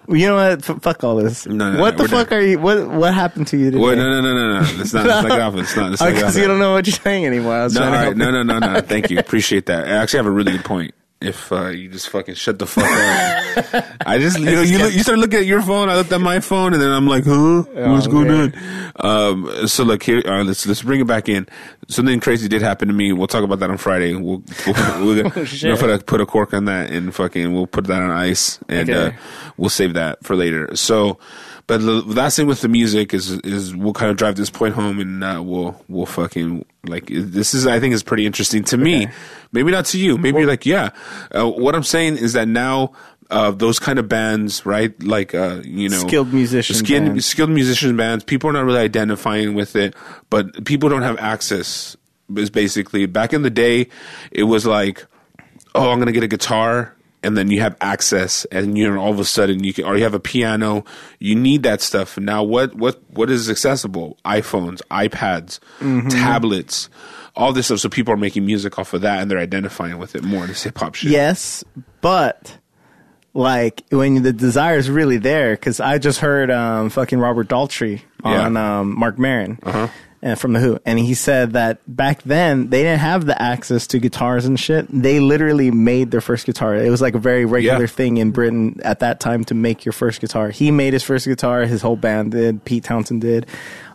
S2: You know what? F- fuck all this.
S1: No, no,
S2: what
S1: no,
S2: the
S1: we're
S2: fuck
S1: done.
S2: are you? What What happened to you today? [LAUGHS]
S1: Wait, no, no, no, no, no. It's not. It's not off. It's not. It's not
S2: Because you don't know what you're saying anymore. I was
S1: No, all
S2: trying to
S1: right,
S2: help
S1: no,
S2: you.
S1: no, no,
S2: [LAUGHS]
S1: no. Thank you. Appreciate that. I actually have a really good point. If uh, you just fucking shut the fuck up,
S2: [LAUGHS]
S1: I just you know you look, you start looking at your phone. I looked at my phone, and then I'm like, huh, what's
S2: Oh,
S1: going
S2: man.
S1: on? Um, so look here, all right, let's let's bring it back in. Something crazy did happen to me. We'll talk about that on Friday. We'll
S2: [LAUGHS] Oh,
S1: we'll, we'll, we'll
S2: shit.
S1: put a put a cork on that and fucking we'll put that on ice and
S2: Okay.
S1: uh, we'll save that for later. So, but the last thing with the music is is we'll kind of drive this point home, and uh, we'll we'll fucking like this is I think is pretty interesting to me. Maybe not to you. Maybe you're like yeah. Uh, what I'm saying is that now. Uh, those kind of bands, right? Like, uh, you know,
S2: Skilled musician
S1: skilled,
S2: bands.
S1: skilled musician bands. People are not really identifying with it, but people don't have access. Is basically back in the day, it was like oh, I'm gonna get a guitar, and then you have access, and you're all of a sudden you can, or you have a piano. You need that stuff now. What what what is accessible? iPhones, iPads, tablets, all this stuff. So people are making music off of that, and they're identifying with it more. This hip hop shit.
S2: Yes, but like when the desire is really there, because I just heard um, fucking Robert Daltrey
S1: Yeah. Uh-huh.
S2: on um, Mark Maron uh, from The Who, and he said that back then they didn't have the access to guitars and shit. They literally made their first guitar. It was like a very regular
S1: Yeah.
S2: thing in Britain at that time to make your first guitar. He made his first guitar. His whole band did. Pete Townsend did.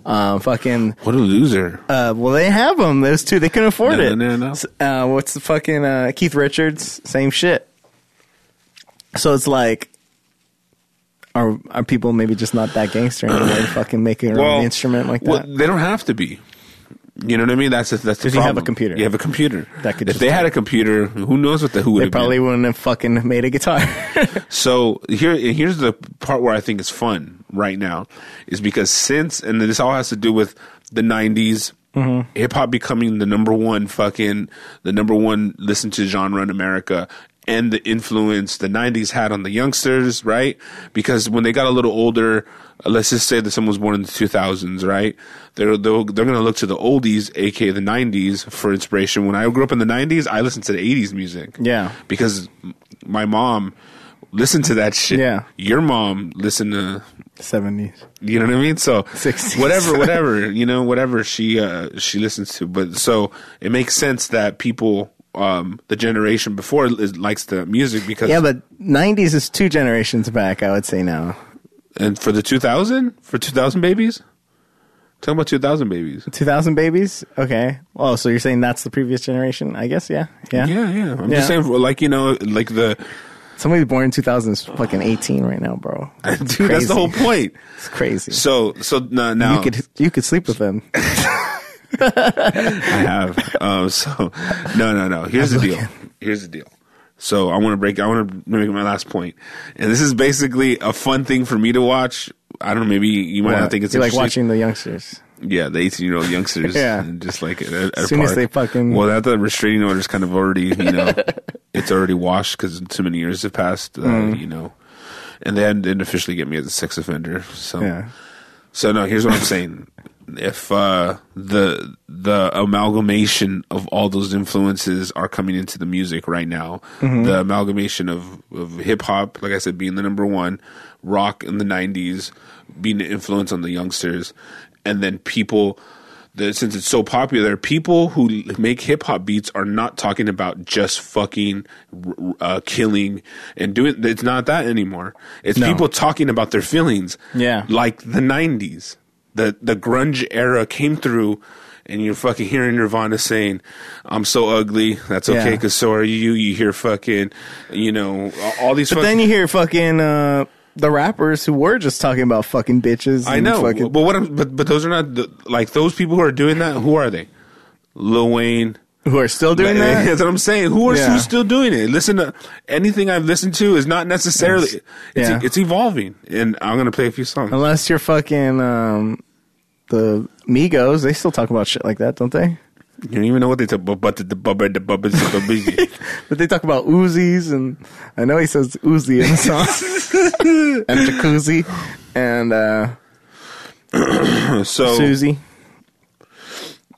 S2: Um, fucking
S1: What a loser.
S2: uh, well, they have them. Those two, they couldn't afford
S1: No,
S2: it.
S1: no, no,
S2: Uh, what's the fucking uh, Keith Richards? Same shit. So it's like, are are people maybe just not that gangster
S1: [COUGHS]
S2: anymore? to fucking making their own instrument like
S1: well,
S2: that.
S1: they don't have to be. You know what I mean? That's the, that's the
S2: 'Cause you have a
S1: problem.
S2: computer.
S1: You have a computer.
S2: That could
S1: if
S2: just
S1: they
S2: do
S1: had a computer, who knows what the who would
S2: They
S1: have been.
S2: probably wouldn't have fucking made a guitar. [LAUGHS]
S1: So here, here's the part where I think is fun right now, is because since and this all has to do with the '90s, hip hop becoming the number one fucking the number one listen to genre in America, and the influence the '90s had on the youngsters, right? Because when they got a little older, uh, let's just say that someone was born in the 2000s, right? They're they're, they're going to look to the oldies, aka the '90s, for inspiration. When I grew up in the '90s, I listened to the '80s music,
S2: Yeah.
S1: because m- my mom listened to that shit.
S2: Yeah.
S1: Your mom listened to
S2: Seventies.
S1: you know what I mean? So
S2: 60s. [LAUGHS]
S1: whatever, whatever, you know, whatever she uh she listens to. But so it makes sense that people um the generation before is, likes the music because
S2: Yeah, but nineties is two generations back. I would say now
S1: and for the 2000 for 2000 babies talking about 2000 babies
S2: two thousand babies. Okay. Oh, so you're saying that's the previous generation? I guess. Yeah. Yeah.
S1: yeah yeah i'm just saying
S2: Yeah.
S1: like you know like
S2: [LAUGHS]
S1: the
S2: Somebody born in two thousand is fucking eighteen right now, bro.
S1: [LAUGHS] dude that's the whole point
S2: It's crazy.
S1: so so now, now
S2: You could you could sleep with them.
S1: I have. Um, so no, no, no. Here's the deal. Here's the deal. So I want to break. I want to make my last point, and this is basically a fun thing for me to watch. I don't know. Maybe you might not think it's
S2: you like
S1: interesting.
S2: watching the youngsters.
S1: Yeah, the eighteen-year-old youngsters.
S2: [LAUGHS] Yeah.
S1: and just like at, at
S2: As soon as they fucking-
S1: Well, that the restraining order is kind of already, you
S2: [LAUGHS]
S1: know, it's already washed because too many years have passed. Uh,
S2: Mm.
S1: You know, and they hadn't- didn't officially get me as a sex offender. So
S2: Yeah.
S1: so no, here's what I'm saying. If uh, the the amalgamation of all those influences are coming into the music right now,
S2: Mm-hmm.
S1: the amalgamation of, of hip hop, like I said, being the number one, rock in the '90s, being an influence on the youngsters, and then people, the, since it's so popular, people who l- make hip hop beats are not talking about just fucking r- r- uh, killing and doing. It's not that anymore. It's
S2: No.
S1: people talking about their feelings
S2: Yeah.
S1: like the 90s. The the grunge era came through and you're fucking hearing Nirvana saying, "I'm so ugly." That's okay
S2: Yeah.
S1: cuz so are you. You hear fucking, you know, all these
S2: But
S1: fucking
S2: then you hear fucking uh, the rappers who were just talking about fucking bitches.
S1: I
S2: and
S1: know.
S2: Fucking,
S1: but what I'm but but those are not the, like those people who are doing that, who are they? Lil Wayne,
S2: who are still doing that.
S1: That's what I'm saying. Who are
S2: Yeah.
S1: who's still doing it? Listen to anything I've listened to is not necessarily. It's,
S2: Yes. Yeah.
S1: it's evolving, and I'm gonna play a few songs.
S2: [LAUGHS] Unless you're fucking um, the Migos, they still talk about shit like that, don't they?
S1: You don't even know what they talk about. But the bubba the bubba the bubba.
S2: [LAUGHS] But they talk about Uzis, and I know he says
S1: [LAUGHS]
S2: Uzi in the song, and jacuzzi, and uh,
S1: so
S2: Susie.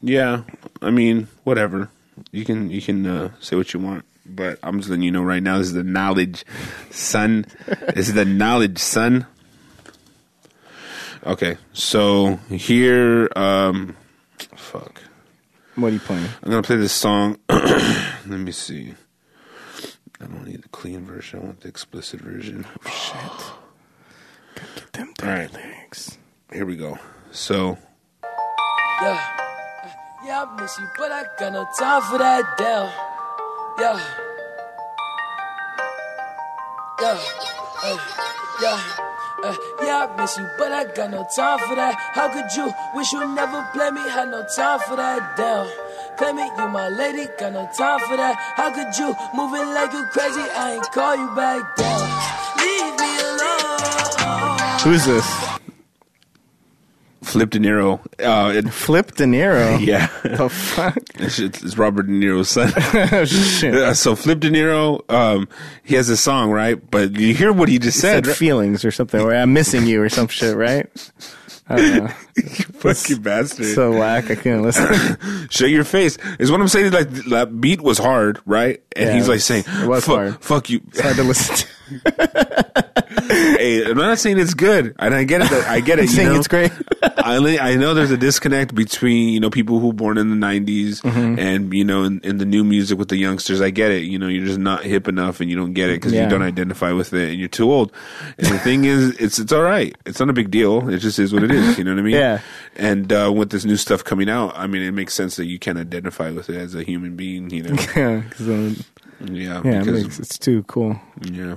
S1: yeah, I mean, whatever. You can you can uh, say what you want, but I'm just letting you know right now. This is the knowledge,
S2: [LAUGHS]
S1: son. this is the knowledge, son. Okay, so here, um, fuck.
S2: What are you playing?
S1: I'm gonna play this song. [CLEARS THROAT] Let me see. I don't need the clean version. I want the explicit version. Oh,
S2: Them
S1: All right,
S2: lyrics.
S1: here we go. So
S7: Yeah. Yeah, I miss you, but I got no time for that down. Yeah. Yeah. Ay, yeah. Uh, yeah, I miss you, but I got no time for that. How could you wish you never play me? Had no time for that down. Play me, you my lady, got no time for that. How could you moving like you crazy? I ain't call you back down. Leave me alone.
S2: Who's this?
S1: Flip De Niro. Uh, [LAUGHS] it,
S2: Flip De Niro.
S1: yeah,
S2: The fuck? [LAUGHS]
S1: [LAUGHS] it's, it's Robert De Niro's son. [LAUGHS]
S2: Oh, shit.
S1: Yeah, so Flip De Niro, um, he has a song, right? But you hear what he just
S2: said
S1: said. right?
S2: feelings or something, or I'm missing you or some shit, right? I don't know.
S1: Fucking bastard.
S2: So whack, I couldn't listen.
S1: Show your face. Is what I'm saying. Like that beat was hard, right? And
S2: Yeah,
S1: he's
S2: it
S1: like
S2: was-
S1: saying,
S2: it was
S1: "Fuck,
S2: hard.
S1: fuck you."
S2: It's [LAUGHS] hard to listen to.
S1: hey, I'm not saying it's good, and I get it. that- I get it.
S2: [LAUGHS] I'm
S1: you
S2: saying
S1: know?
S2: it's great.
S1: [LAUGHS] I only, I know there's a disconnect between you know people who were born in the '90s
S2: Mm-hmm.
S1: and you know in, in the new music with the youngsters. I get it. You know, you're just not hip enough, and you don't get it because
S2: Yeah.
S1: you don't identify with it, and you're too old. And the thing is, it's it's all right. It's not a big deal. It just is what it is. You know what I mean?
S2: Yeah.
S1: And uh, with this new stuff coming out, I mean, it makes sense that you can identify with it as a human being. You
S2: [LAUGHS]
S1: know?
S2: yeah, 'cause, um,
S1: yeah.
S2: yeah, it
S1: because-
S2: makes, it's too cool.
S1: yeah.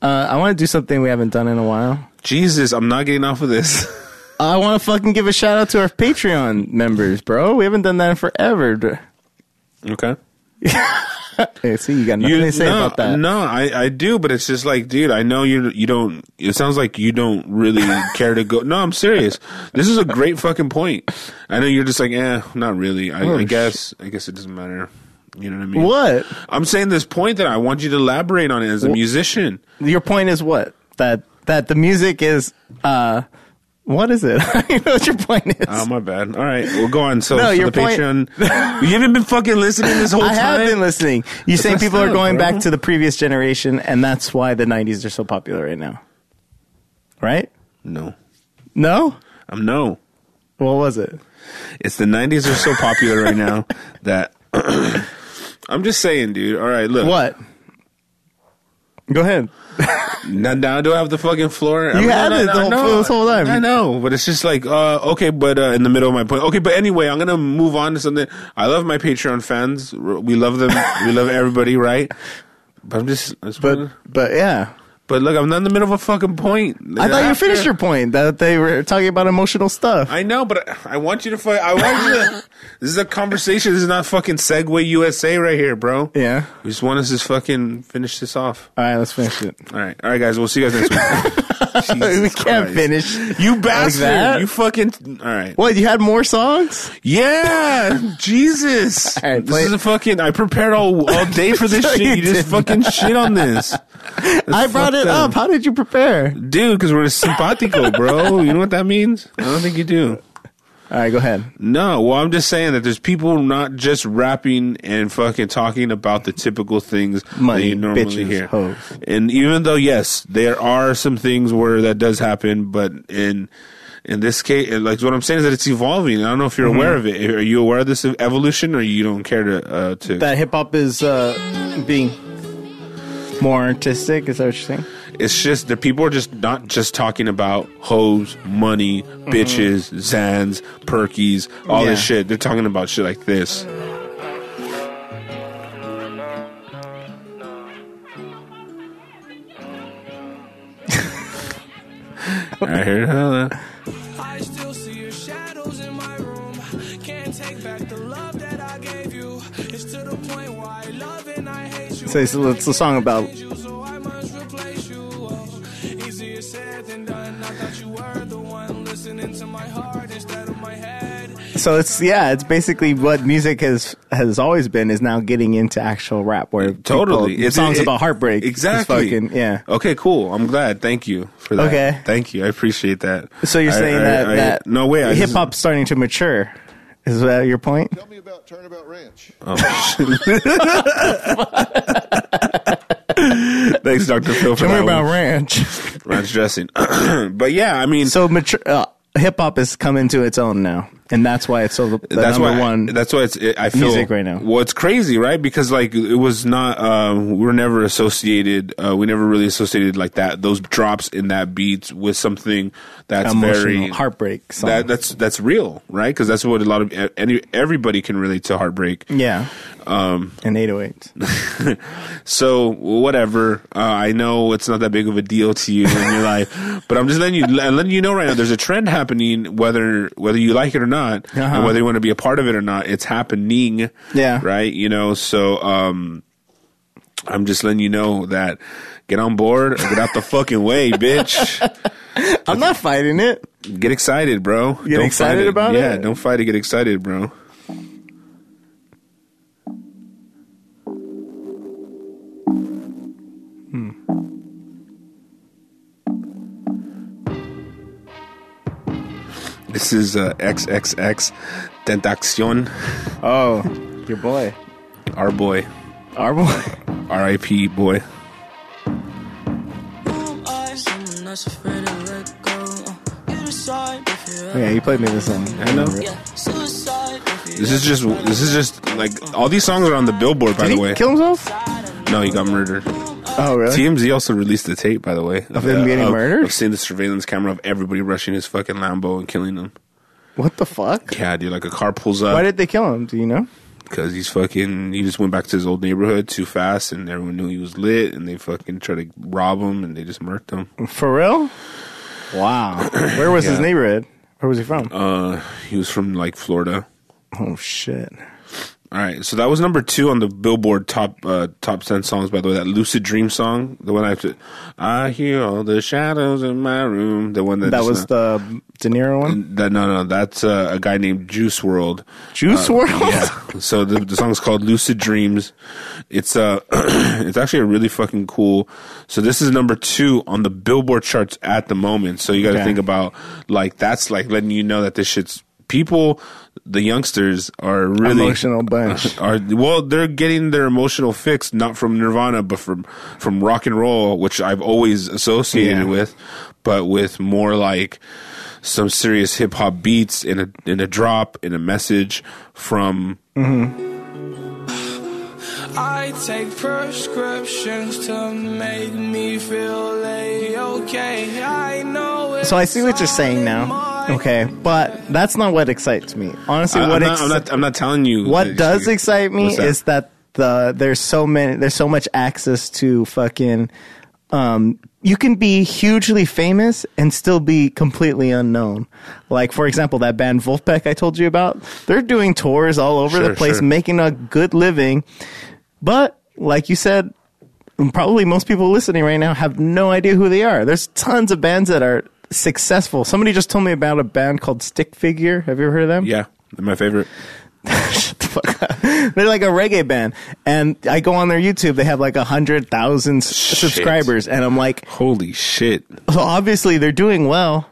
S2: Uh, I want to do something we haven't done in a while.
S1: Jesus, I'm not getting off of this. [LAUGHS]
S2: I want to fucking give a shout out to our Patreon members, bro. We haven't done that in forever. D-
S1: okay.
S2: Hey, see, you got nothing to say
S1: no,
S2: about that.
S1: No, I, I do, but it's just like, dude, I know you you don't. It sounds like you don't
S2: [LAUGHS]
S1: really care to go. No, I'm serious. This is a great fucking point. I know you're just like, eh, not really. I,
S2: Oh,
S1: I guess I guess it doesn't matter. You know what I mean?
S2: What?
S1: I'm saying this point that I want you to elaborate on it as a
S2: Wh-
S1: musician.
S2: Your point is what? That that the music is. uh What is it? [LAUGHS] I don't know what your point is.
S1: Oh my bad. All right, well go on. So,
S2: No,
S1: so
S2: your
S1: the
S2: point- [LAUGHS]
S1: Patreon, you haven't been fucking listening this whole
S2: I
S1: time.
S2: have been listening. You saying
S1: messed
S2: people are
S1: up,
S2: going
S1: bro.
S2: back to the previous generation, and that's why the '90s are so popular right now, right?
S1: no,
S2: No,
S1: I'm no.
S2: what was it?
S1: It's the '90s are so popular right now that [CLEARS THROAT] I'm just saying, dude. All right, look.
S2: What? Go ahead.
S1: Now, now do I have the fucking floor? You
S2: had it the whole- this whole time.
S1: I know, but it's just like, uh, okay, but uh, in the middle of my point. Okay, but anyway, I'm gonna move on to something. I love my Patreon fans. R- We love them. we love everybody, right? But I'm just, I just
S2: But
S1: wanna-
S2: but yeah,
S1: but look, I'm not in the middle of a fucking point.
S2: I thought you
S1: After-
S2: finished your point that they were talking about emotional stuff.
S1: I know, but I, I want you to. Fu- I want you
S2: [LAUGHS]
S1: to. this is a conversation. This is not fucking Segway USA right here, bro.
S2: yeah.
S1: We just want us to just fucking finish this off.
S2: All right, let's finish it.
S1: All right, all right, guys. We'll see you guys next week.
S2: [LAUGHS]
S1: Jesus
S2: we can't
S1: Christ.
S2: finish.
S1: You bastard!
S2: that?
S1: You fucking all right.
S2: What? You had more songs?
S1: Yeah,
S2: [LAUGHS]
S1: Jesus!
S2: All right,
S1: this
S2: play-
S1: is a fucking. I prepared all all day for this
S2: [LAUGHS] No,
S1: shit.
S2: you
S1: You, just
S2: didn't.
S1: fucking shit on this,
S2: [LAUGHS] I brought
S1: fucked
S2: it
S1: up.
S2: up. How did you prepare?
S1: dude. Because we're simpatico, bro. You know what that means? I don't think you do.
S2: All right, go ahead.
S1: No, well, I'm just saying that there's people not just rapping and fucking talking about the typical things
S2: Money,
S1: that you normally
S2: bitches,
S1: hear.
S2: hoes.
S1: And even though yes, there are some things where that does happen, but in in this case, like what I'm saying is that it's evolving. I don't know if
S2: Mm-hmm.
S1: you're aware of it. Are you aware of this evolution, or you don't care to uh, to?
S2: That hip hop is uh, being more artistic. Is that what you're saying?
S1: it's just that people are just not just talking about hoes, money, bitches, zans, perkies, all this
S2: Mm-hmm. Yeah.
S1: shit. They're talking about shit like
S2: [LAUGHS]
S1: this. I heard hello.
S7: I still see your shadows in my room. Can't take back the love that I gave you. It's to the point where I love and I hate you.
S2: So it's, it's a song about
S7: you, so I must replace you. Oh, easier said than done. I thought you were the one listening to my heart instead of my head.
S2: so it's yeah, it's basically what music has has always been is now getting into actual rap where people-
S1: Totally. It's-
S2: songs
S1: it-
S2: about heartbreak. is
S1: Exactly.
S2: fucking- yeah.
S1: Okay, cool. I'm glad. Thank you for that.
S2: Okay.
S1: Thank you. I appreciate that.
S2: So you're
S1: I-
S2: saying
S1: I-
S2: that
S1: I-
S2: that
S1: No way. I
S2: hip
S1: just-
S2: hop's starting to mature. Is that your point?
S5: Tell me about Turnabout Ranch.
S1: Thanks, Dr. Phil, for that one.
S2: ranch.
S1: ranch dressing. [CLEARS THROAT] but yeah, I mean,
S2: So mature uh, hip hop has come into its own now, and that's why it's so the, the
S1: that's
S2: number
S1: why
S2: one.
S1: that's why it's it, I feel
S2: music right now.
S1: Well, it's crazy, right? Because like it was not um, we were never associated. Uh, we never really associated like that. Those drops in that beat with something that's
S2: Emotional
S1: very
S2: heartbreak song.
S1: That, that's that's real, right? Because that's what a lot of e, any everybody can relate to heartbreak.
S2: yeah. Um, and
S1: [LAUGHS]
S2: 808s.
S1: So whatever. Uh, I know it's not that big of a deal to you in your
S2: [LAUGHS]
S1: life, but I'm just letting you I'm letting you know right now. There's a trend happening, whether whether you like it or not,
S2: Uh-huh.
S1: and whether you want to be a part of it or not. It's happening.
S2: Yeah.
S1: Right. You know. So um, I'm just letting you know that get on board, or get out the fucking way,
S2: [LAUGHS]
S1: bitch.
S2: I'm not fighting it.
S1: Get excited, bro. Get
S2: excited about
S1: Yeah.
S2: it?
S1: Don't fight it. Get excited, bro. Hmm. This is uh, XXX Tentacion,
S2: Oh, your boy,
S1: our boy,
S2: our boy. [LAUGHS]
S1: RIP boy.
S7: Someone that's afraid to let go. Uh, You decide if you're
S2: Yeah, you played me this song.
S1: I know.
S7: yeah. suicide. If
S1: This is just this is just like all these songs are on the Billboard. By
S2: Did
S1: the
S2: he
S1: way,
S2: kill himself?
S1: no, he got murdered.
S2: Oh, really?
S1: TMZ also released the tape, by the way,
S2: Of him getting
S1: of,
S2: murdered?
S1: Of seeing the surveillance camera of everybody rushing his fucking Lambo and killing him.
S2: What the fuck?
S1: Yeah, dude, like a car pulls
S2: Why
S1: up
S2: did they kill him? Do you know?
S1: because he's fucking. He just went back to his old neighborhood too fast, and everyone knew he was lit, and they fucking tried to rob him, and they just murked him.
S2: For real?
S1: [CLEARS THROAT]
S2: Wow. Where was his
S1: Yeah.
S2: neighborhood? Where was he from?
S1: Uh, he was from like Florida.
S2: oh shit.
S1: All right, so that was number two on the Billboard top uh, top ten songs. By the way, that "Lucid Dream" song, the one I have to, I hear all the shadows in my room. The one that
S2: That
S1: just
S2: was
S1: now-
S2: the De Niro one.
S1: That, no, no, that's uh, a guy named Juice World.
S2: Juice World.
S1: uh, Yeah. [COUGHS] So the, the song's called "Lucid Dreams." It's uh, [CLEARS THROAT] it's actually a really fucking cool. So this is number two on the Billboard charts at the moment. So you got to
S2: Okay.
S1: think about like that's like letting you know that this shit's people. The youngsters are really
S2: [LAUGHS] Emotional bunch.
S1: Are well, they're getting their emotional fix not from Nirvana, but from from rock and roll, which I've always associated
S2: Yeah.
S1: with, but with more like some serious hip hop beats in a in a drop in a message from
S4: I take prescriptions to make me feel a okay. I know it's
S2: So I see what you're saying now.
S4: my-
S2: Okay, but that's not what excites me. Honestly,
S1: I-
S2: what
S1: Uh, I'm, not,
S2: exci-
S1: I'm not I'm not telling you
S2: what
S1: that-
S2: does excite me
S1: What's that?
S2: is that the there's so many there's so much access to fucking um you can be hugely famous and still be completely unknown. Like for example, that band Wolfpack I told you about, they're doing tours all over
S1: Sure,
S2: the place,
S1: sure.
S2: making a good living. But like you said, probably most people listening right now have no idea who they are. There's tons of bands that are successful. Somebody just told me about a band called Stick Figure. Have you ever heard of them?
S1: yeah they're my favorite
S2: Shut [LAUGHS] the fuck up. They're like a reggae band, and I go on their YouTube. They have like a hundred thousand s-
S1: Shit.
S2: subscribers, and I'm like,
S1: holy shit
S2: so obviously they're doing well,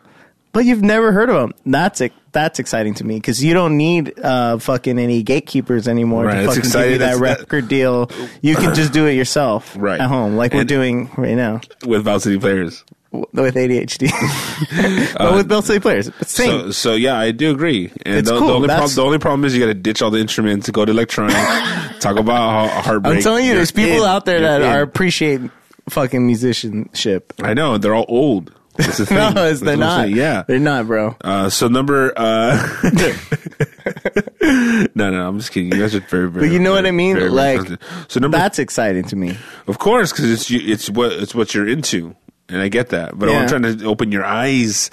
S2: but you've never heard of them. That's it. That's exciting to me because you don't need uh, fucking any gatekeepers anymore
S1: Right,
S2: to
S1: it's
S2: fucking give you
S1: exciting. That's-
S2: that
S1: that-
S2: record deal. You can just do it yourself
S1: [CLEARS THROAT] Right.
S2: at home, like we're
S1: And-
S2: doing right now
S1: with Val City Players.
S2: w- with [LAUGHS] ADHD, but with Bell City players. But Same.
S1: Uh, So, so yeah, I do agree. And
S2: It's
S1: the, the
S2: cool.
S1: only problem,
S2: That's-
S1: the only problem is you got to ditch all the instruments, go to
S2: [LAUGHS]
S1: electronic, talk about how heartbreak.
S2: I'm telling you,
S1: You're
S2: there's people
S1: in.
S2: out there
S1: You're
S2: that
S1: in.
S2: are appreciate fucking musicianship.
S1: I know they're all old. That's the thing.
S2: [LAUGHS] No,
S1: That's
S2: it's, they're
S1: what I'm
S2: not.
S1: saying. Yeah.
S2: they're not, bro.
S1: Uh, so number. Uh, [LAUGHS]
S2: [LAUGHS]
S1: no, no, I'm just kidding. You guys are very, very.
S2: But you know what I mean?
S1: very, very
S2: Like,
S1: talented. so number,
S2: That's exciting to me.
S1: of course, because it's you, it's what it's what you're into, and I get that. But
S2: Yeah.
S1: I'm trying to open your eyes.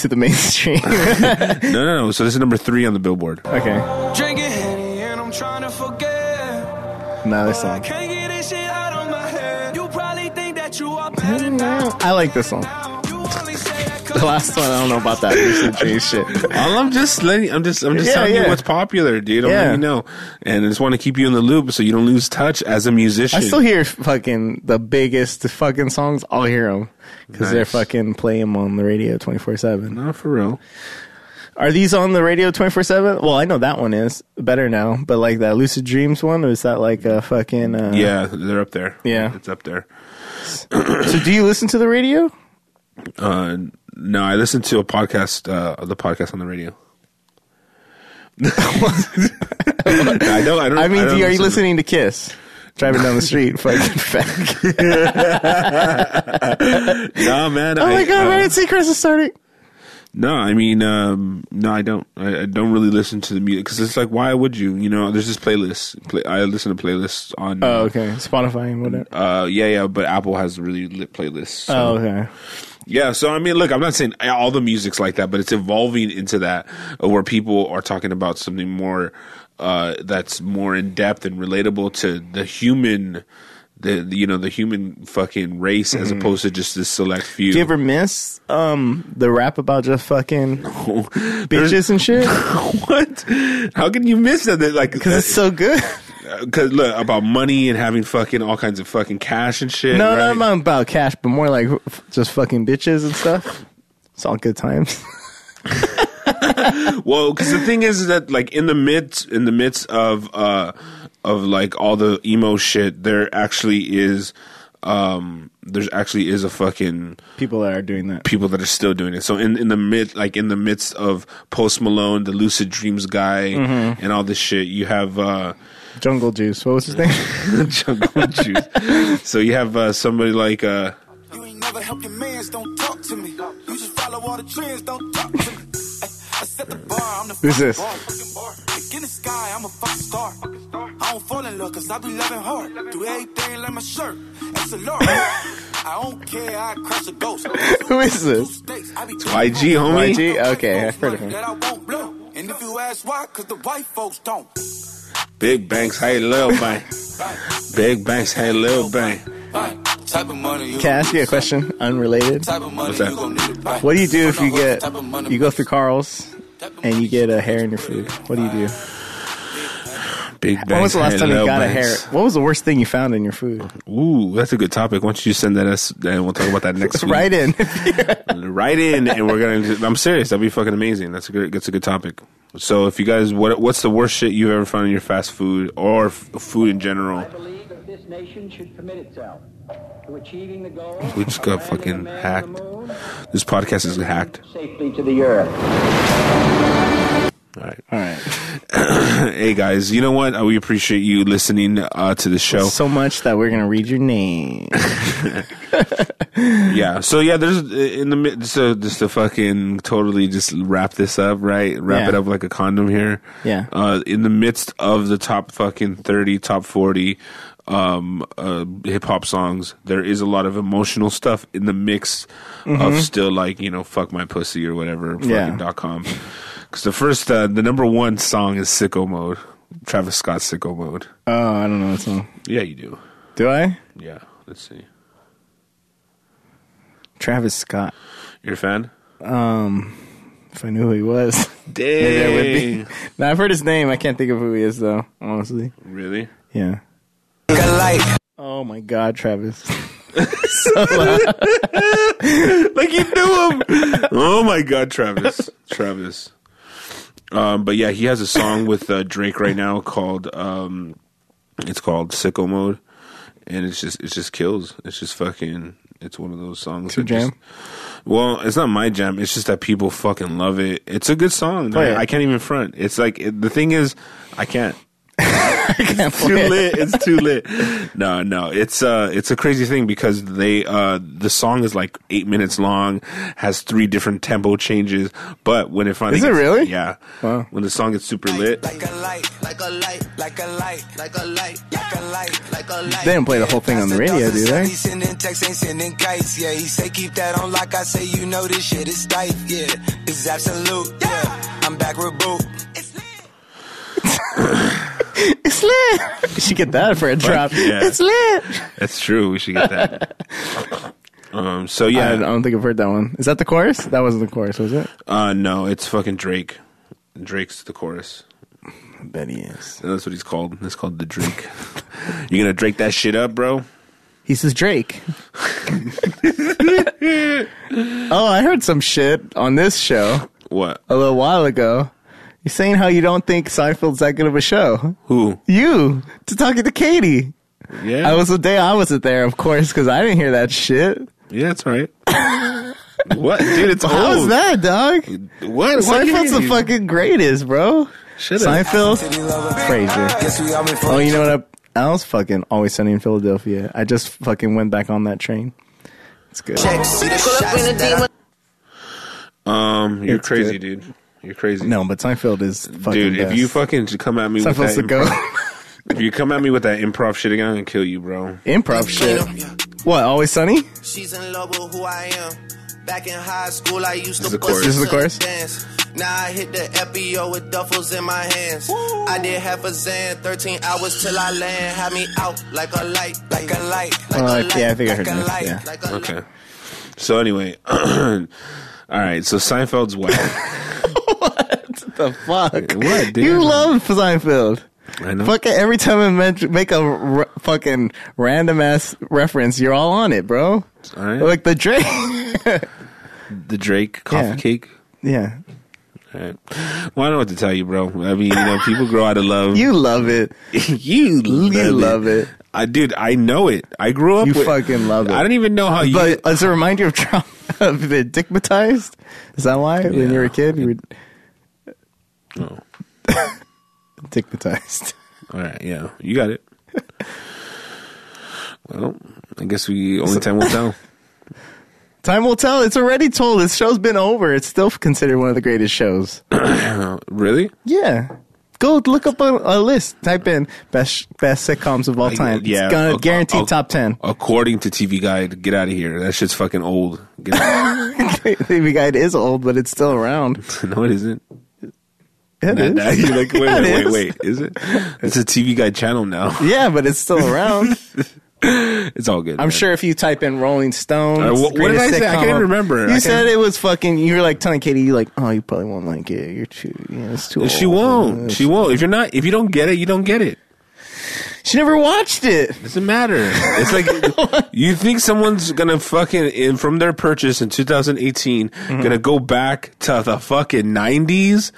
S2: To
S1: [LAUGHS]
S2: the mainstream.
S1: No, no, no. So this is number three on the Billboard.
S2: okay,
S4: Drinking Henny and I'm trying to forget.
S2: another
S4: But I
S2: song.
S4: can't get this shit out of my head. You probably think that you are better now.
S2: I like this song.
S4: You only say that 'cause
S2: the last one, I don't know about that recent J shit.
S1: All I'm just letting I'm just I'm just
S2: Yeah,
S1: telling
S2: yeah.
S1: you what's popular, dude. I'm
S2: Yeah.
S1: letting you know. And I just want to keep you in the loop so you don't lose touch as a musician.
S2: I still hear fucking the biggest fucking songs. I'll hear them because they're
S1: Nice.
S2: fucking play 'em on the radio twenty four seven.
S1: no, for real.
S2: Are these on the radio twenty four seven? Well, I know that one is better now, but like that Lucid Dreams one, or is that like a fucking? Uh,
S1: Yeah, they're up there.
S2: Yeah.
S1: It's up there.
S2: So do you listen to the radio?
S1: Uh no, I listened to a podcast uh the podcast on the radio. [LAUGHS] I don't I don't
S2: I mean,
S1: don't
S2: do, are you
S1: listen
S2: listening to Kiss?
S1: [LAUGHS]
S2: Driving down the street, fucking [LAUGHS] fag.
S1: to- No, man.
S2: Oh my god,
S1: uh,
S2: Ryan Seacrest is starting.
S1: No, I mean, um, no, I don't. I, I don't really listen to the music because it's like, why would you? You know, there's this playlist. Play, I listen to playlists on.
S2: Oh, okay. Spotify and whatever.
S1: Uh, yeah, yeah, but Apple has really lit playlists. So.
S2: Oh, okay.
S1: Yeah, so I mean, look, I'm not saying all the music's like that, but it's evolving into that uh, where people are talking about something more uh, that's more in depth and relatable to the human, the the, you know, the human fucking race as opposed to just this select few.
S2: Mm-hmm. Do you ever miss um the rap about just fucking
S1: There's-
S2: bitches and [LAUGHS] shit?
S1: [LAUGHS] what? How can you miss that? That,
S2: [LAUGHS]
S1: Like,
S2: Because it's so good.
S1: because look about money and having fucking all kinds of fucking cash and shit.
S2: No,
S1: right?
S2: not about- about cash, but more like f- just fucking bitches and stuff. It's all good times. [LAUGHS]
S1: Well, because the thing is that like in the midst in the midst of uh of like all the emo shit, there actually is um there's actually is a fucking
S2: People that are doing that.
S1: people that are still doing it. So in in the mid like in the midst of Post Malone, the Lucid Dreams guy,
S2: Mm-hmm.
S1: and all this shit, you have. uh [LAUGHS]
S2: Jungle Juice. What was his [LAUGHS] name?
S1: jungle juice. So you have uh, somebody like uh,
S8: You ain't never helped your mans, don't talk to me. You just follow all the trends, don't talk to me. I, I set the bar, I'm the
S2: Who's
S8: fucking
S2: this? [LAUGHS]
S8: bar, fucking bar. Look in the sky, I'm a fucking star. I don't fall in love cause I be loving hard. Do everything like my shirt, it's a large. I don't care, I crush a ghost.
S2: Who is this?
S1: YG, homie.
S2: YG? Okay, I've heard of him.
S8: That I won't blow. And if you ask why, cause the white folks don't.
S1: Big Banks, hey Lil Bang. Big Banks, hey Lil Bang.
S8: Type of money you
S2: Can I ask you a question? Unrelated.
S8: Type of money
S1: What's that?
S8: you gon' need to buy.
S2: What do you do if you get
S8: Type of money-
S2: you go through Carl's and you get a hair in your food? What do you do?
S1: Big Banks.
S2: When was the last
S1: hey,
S2: time you
S1: Lil
S2: got a hair?
S1: Banks.
S2: What was the worst thing you found in your food?
S1: Ooh, that's a good topic. Why don't you send that us, and we'll talk about that
S2: [LAUGHS]
S1: next week.
S2: Right in.
S1: right in, and we're gonna. I'm serious. That'd be fucking amazing. That's a good. That's a good topic. So, if you guys, what what's the worst shit you've ever found in your fast food or f- food in general?
S9: believe that this nation should commit itself to achieving the goal.
S1: We just
S9: of
S1: got
S9: landing
S1: fucking
S9: a man on the
S1: hacked.
S9: moon
S1: This podcast is hacked.
S9: Safely to the earth.
S1: All right. [LAUGHS]
S2: All right.
S1: Hey guys, you know what? Uh, We appreciate you listening uh, to the show.
S2: So much that we're gonna read your name.
S1: Yeah. So yeah, there's uh, in the mid. So just to fucking totally just wrap this up, right? Wrap
S2: Yeah.
S1: it up like a condom here.
S2: Yeah.
S1: Uh, in the midst of the top fucking thirty, top forty, um, uh, hip hop songs, there is a lot of emotional stuff in the mix of still like you know fuck my pussy or whatever fucking
S2: Mm-hmm. Yeah.
S1: dot com. Because the first, uh, the number one song is Sicko Mode, Travis Scott Sicko Mode.
S2: Oh, I don't know that song.
S1: Yeah, you do.
S2: Do I?
S1: Yeah. Let's see.
S2: Travis Scott.
S1: You're a fan?
S2: If I knew who he was. [LAUGHS] I would be.
S1: Dang.
S2: now I've heard his name. I can't think of who he is though. Honestly.
S1: Really?
S2: Yeah.
S8: Light.
S2: Oh my God, Travis. [LAUGHS]
S1: like you knew
S2: [LAUGHS]
S1: him. oh my god, Travis, Travis. Um, but yeah, he has a song with uh, Drake right now called um, it's called Sicko Mode, and it's just it just kills. It's just fucking. It's one of those songs.
S2: Your
S1: that just-
S2: jam.
S1: well, it's not my jam. It's just that people fucking love it. It's a good song.
S2: Play it.
S1: I, I can't even front. It's like it, the thing is, I can't
S2: Can't
S1: too
S2: [LAUGHS] play it.
S1: lit. It's too lit. No, no, it's uh, it's a crazy thing because they uh, the song is like eight minutes long, has three different tempo changes. But when it finally
S2: Is it
S1: gets-
S2: really?
S1: Yeah.
S2: Wow.
S1: When the song gets super lit,
S8: Like a light, like a light, like a light, like a light, like a light, like a light.
S2: They didn't play the whole thing on the radio, do they?
S8: He sending texts, ain't sending kites. Yeah, he say keep that on like I say. You know this shit is tight. Yeah, it's absolute. Yeah, I'm back with boot.
S2: It's lit. You should get that for a drop.
S1: yeah.
S2: It's lit. [LAUGHS]
S1: that's true. We should get that. Um, so
S2: I, I
S1: yeah,
S2: don't think I've heard that one. Is that the chorus? That wasn't the chorus, was it?
S1: uh, no, it's fucking Drake. Drake's the chorus.
S2: I bet he is.
S1: That's what he's called. It's called the Drake. [LAUGHS] you gonna Drake that shit up, bro?
S2: He says Drake. oh, I heard some shit on this show
S1: What?
S2: a little while ago. You're saying how you don't think Seinfeld's that good of a show.
S1: Who?
S2: You to talking to Katie.
S1: Yeah,
S2: I was the day I wasn't there, of course, because I didn't hear that shit.
S1: yeah, that's right. [LAUGHS] what, dude? It's
S2: How
S1: old.
S2: was that, dog?
S1: What? What
S2: Seinfeld's the
S1: Oh. you-
S2: fucking greatest, bro.
S1: Shut up. [LAUGHS]
S2: Seinfeld, Frasier.
S3: Guess we all been
S2: Oh, you know what? I, I was fucking always sunny in Philadelphia. I just fucking went back on that train. It's good.
S1: Um, you're
S2: It's
S1: crazy,
S2: good.
S1: dude. You're crazy.
S2: No, but Seinfeld is fucking
S1: dude. If
S2: best.
S1: you fucking come at me with
S2: Seinfeld's
S1: that,
S2: the
S1: improv,
S2: go
S1: if you come at me with that improv shit again, I'm gonna kill you,
S2: [LAUGHS]
S1: bro.
S2: improv shit. What? Always sunny?
S8: She's in love with who I am. Back in high school, I
S1: This
S8: used
S1: is
S8: to
S1: the chorus.
S8: push
S2: This is the
S8: her to
S2: chorus?
S8: Dance. Now I hit the FBO with duffels in my hands. I did half a Zan, 13 hours till I land. Had me out like a light, like a light. Like
S2: Oh,
S8: a
S2: I-
S8: light,
S2: yeah, I think I
S8: like
S2: heard
S8: a
S2: this,
S8: light,
S2: yeah.
S8: like a
S1: Okay. So anyway, [CLEARS THROAT] all right. So Seinfeld's
S2: [LAUGHS]
S1: whack.
S2: The fuck?
S1: What, dude?
S2: You love Seinfeld.
S1: I know.
S2: Fucking every time I men- make a r- fucking random ass reference, you're all on it, bro.
S1: All right.
S2: Like the Drake.
S1: the Drake coffee
S2: Yeah.
S1: cake.
S2: [LAUGHS] yeah.
S1: All right. Well, I don't know what to tell you, bro. I mean, you know, people grow out of love.
S2: You love it.
S1: [LAUGHS] you love
S2: [LAUGHS] You
S1: it.
S2: love it.
S1: I, dude, I know it. I grew up.
S2: You
S1: with,
S2: fucking love it.
S1: I don't even know how you.
S2: But as a reminder of trauma, [LAUGHS] of being digmatized, is that why when you were a kid you were
S1: Oh,
S2: digmatized?
S1: all right, yeah, you got it. well, I guess we only time will
S2: [LAUGHS]
S1: tell.
S2: [LAUGHS] Time will tell. It's already told. This show's been over. It's still considered one of the greatest shows.
S1: Really?
S2: Yeah. Go look up a, a list. Type in best best sitcoms of all time. It's
S1: yeah,
S2: gonna
S1: okay,
S2: guarantee
S1: okay.
S2: top ten.
S1: According to TV Guide, get out of here. That shit's fucking old. Get out.
S2: [LAUGHS] Baby Guide is old, but it's still around. [LAUGHS]
S1: no, it isn't.
S2: It
S1: Nah,
S2: is.
S1: nah, you're like, wait,
S2: Yeah, [LAUGHS] it
S1: wait, wait,
S2: is.
S1: wait, is it? It's a TV Guide channel now. [LAUGHS]
S2: Yeah, but it's still around.
S1: It's all good.
S2: I'm
S1: man.
S2: sure if you type in Rolling Stones,
S1: Uh, wh- what did
S2: greatest
S1: I say? I
S2: sitcom
S1: can't
S2: of-
S1: remember. I
S2: You
S1: can't-
S2: said it was fucking. You were like telling Katie, you like, oh, you probably won't like it. You're too. Yeah, it's too.
S1: She
S2: old." Oh, Uh,
S1: won't. She won't. If you're not, if you don't get it, you don't get it.
S2: She never watched it.
S1: Doesn't matter. It's
S2: [LAUGHS]
S1: like you think someone's gonna fucking in from their purchase in 2018
S2: Mm-hmm.
S1: gonna go back to the fucking 90s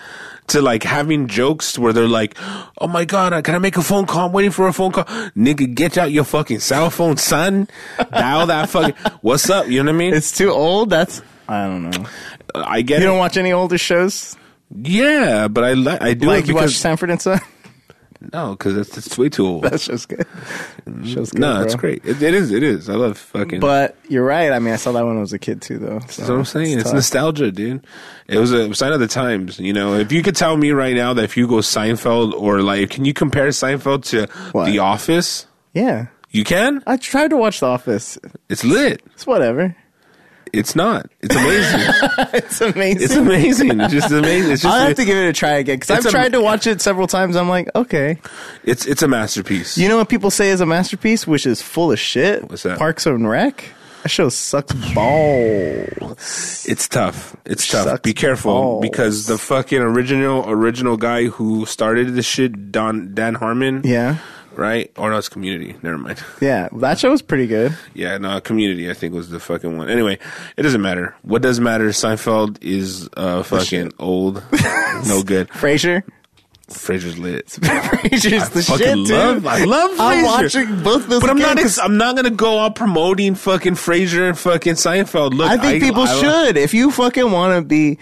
S1: to like having jokes where they're like, "Oh my god, I- can I make a phone call? I'm waiting for a phone call, nigga. Get out your fucking cell phone, son. Dial that fucking what's up. You know what I mean?
S2: It's too old. That's. I don't know.
S1: I get
S2: You
S1: it.
S2: don't watch any older shows
S1: Yeah, but I li- I do
S2: like
S1: it
S2: you watch
S1: because
S2: Sanford and Son.
S1: no, because it's, it's way too old.
S2: [LAUGHS] That's just good. Show's
S1: Mm-hmm.
S2: good
S1: no, it's
S2: bro.
S1: great. It, it is. It is. I love fucking.
S2: But you're right. I mean, I saw that when I was a kid too, though. So
S1: That's what I'm saying. It's,
S2: Oh, tough.
S1: nostalgia, dude. It was a sign of the times. You know, if you could tell me right now that if you go Seinfeld or like, can you compare Seinfeld to
S2: What?
S1: The Office?
S2: yeah.
S1: You can.
S2: I tried to watch The Office.
S1: It's lit.
S2: It's whatever. [LAUGHS]
S1: It's not. It's amazing.
S2: It's amazing.
S1: it's amazing. It's just amazing. It's just.
S2: [LAUGHS] I'll have to give it a try again because
S1: It's a-
S2: I've tried to watch it several times. I'm like, okay.
S1: It's it's a masterpiece.
S2: You know what people say is a masterpiece, which is full of shit?
S1: What's that?
S2: Parks and Rec? That show sucks balls.
S1: It's tough. It's tough.
S2: Sucks
S1: Be careful
S2: balls.
S1: because the fucking original original guy who started this shit, Don Dan Harmon.
S2: Yeah.
S1: Right? Or no, it's Community. Never mind. [LAUGHS]
S2: Yeah. That show was pretty good.
S1: Yeah, no, Community I think was the fucking one. Anyway, it doesn't matter. What does matter? Seinfeld is uh fucking [LAUGHS] old, no good.
S2: Frasier? [LAUGHS]
S1: Frasier's lit.
S2: Frasier's the
S1: fucking
S2: shit, dude.
S1: love- I love
S2: I'm
S1: Frasier.
S2: watching both those
S1: But I'm
S2: again
S1: not. Ex-
S2: 'cause
S1: I'm not gonna go out promoting fucking Frasier and fucking Seinfeld. Look,
S2: I think people
S1: I-
S2: should. If you fucking want to be.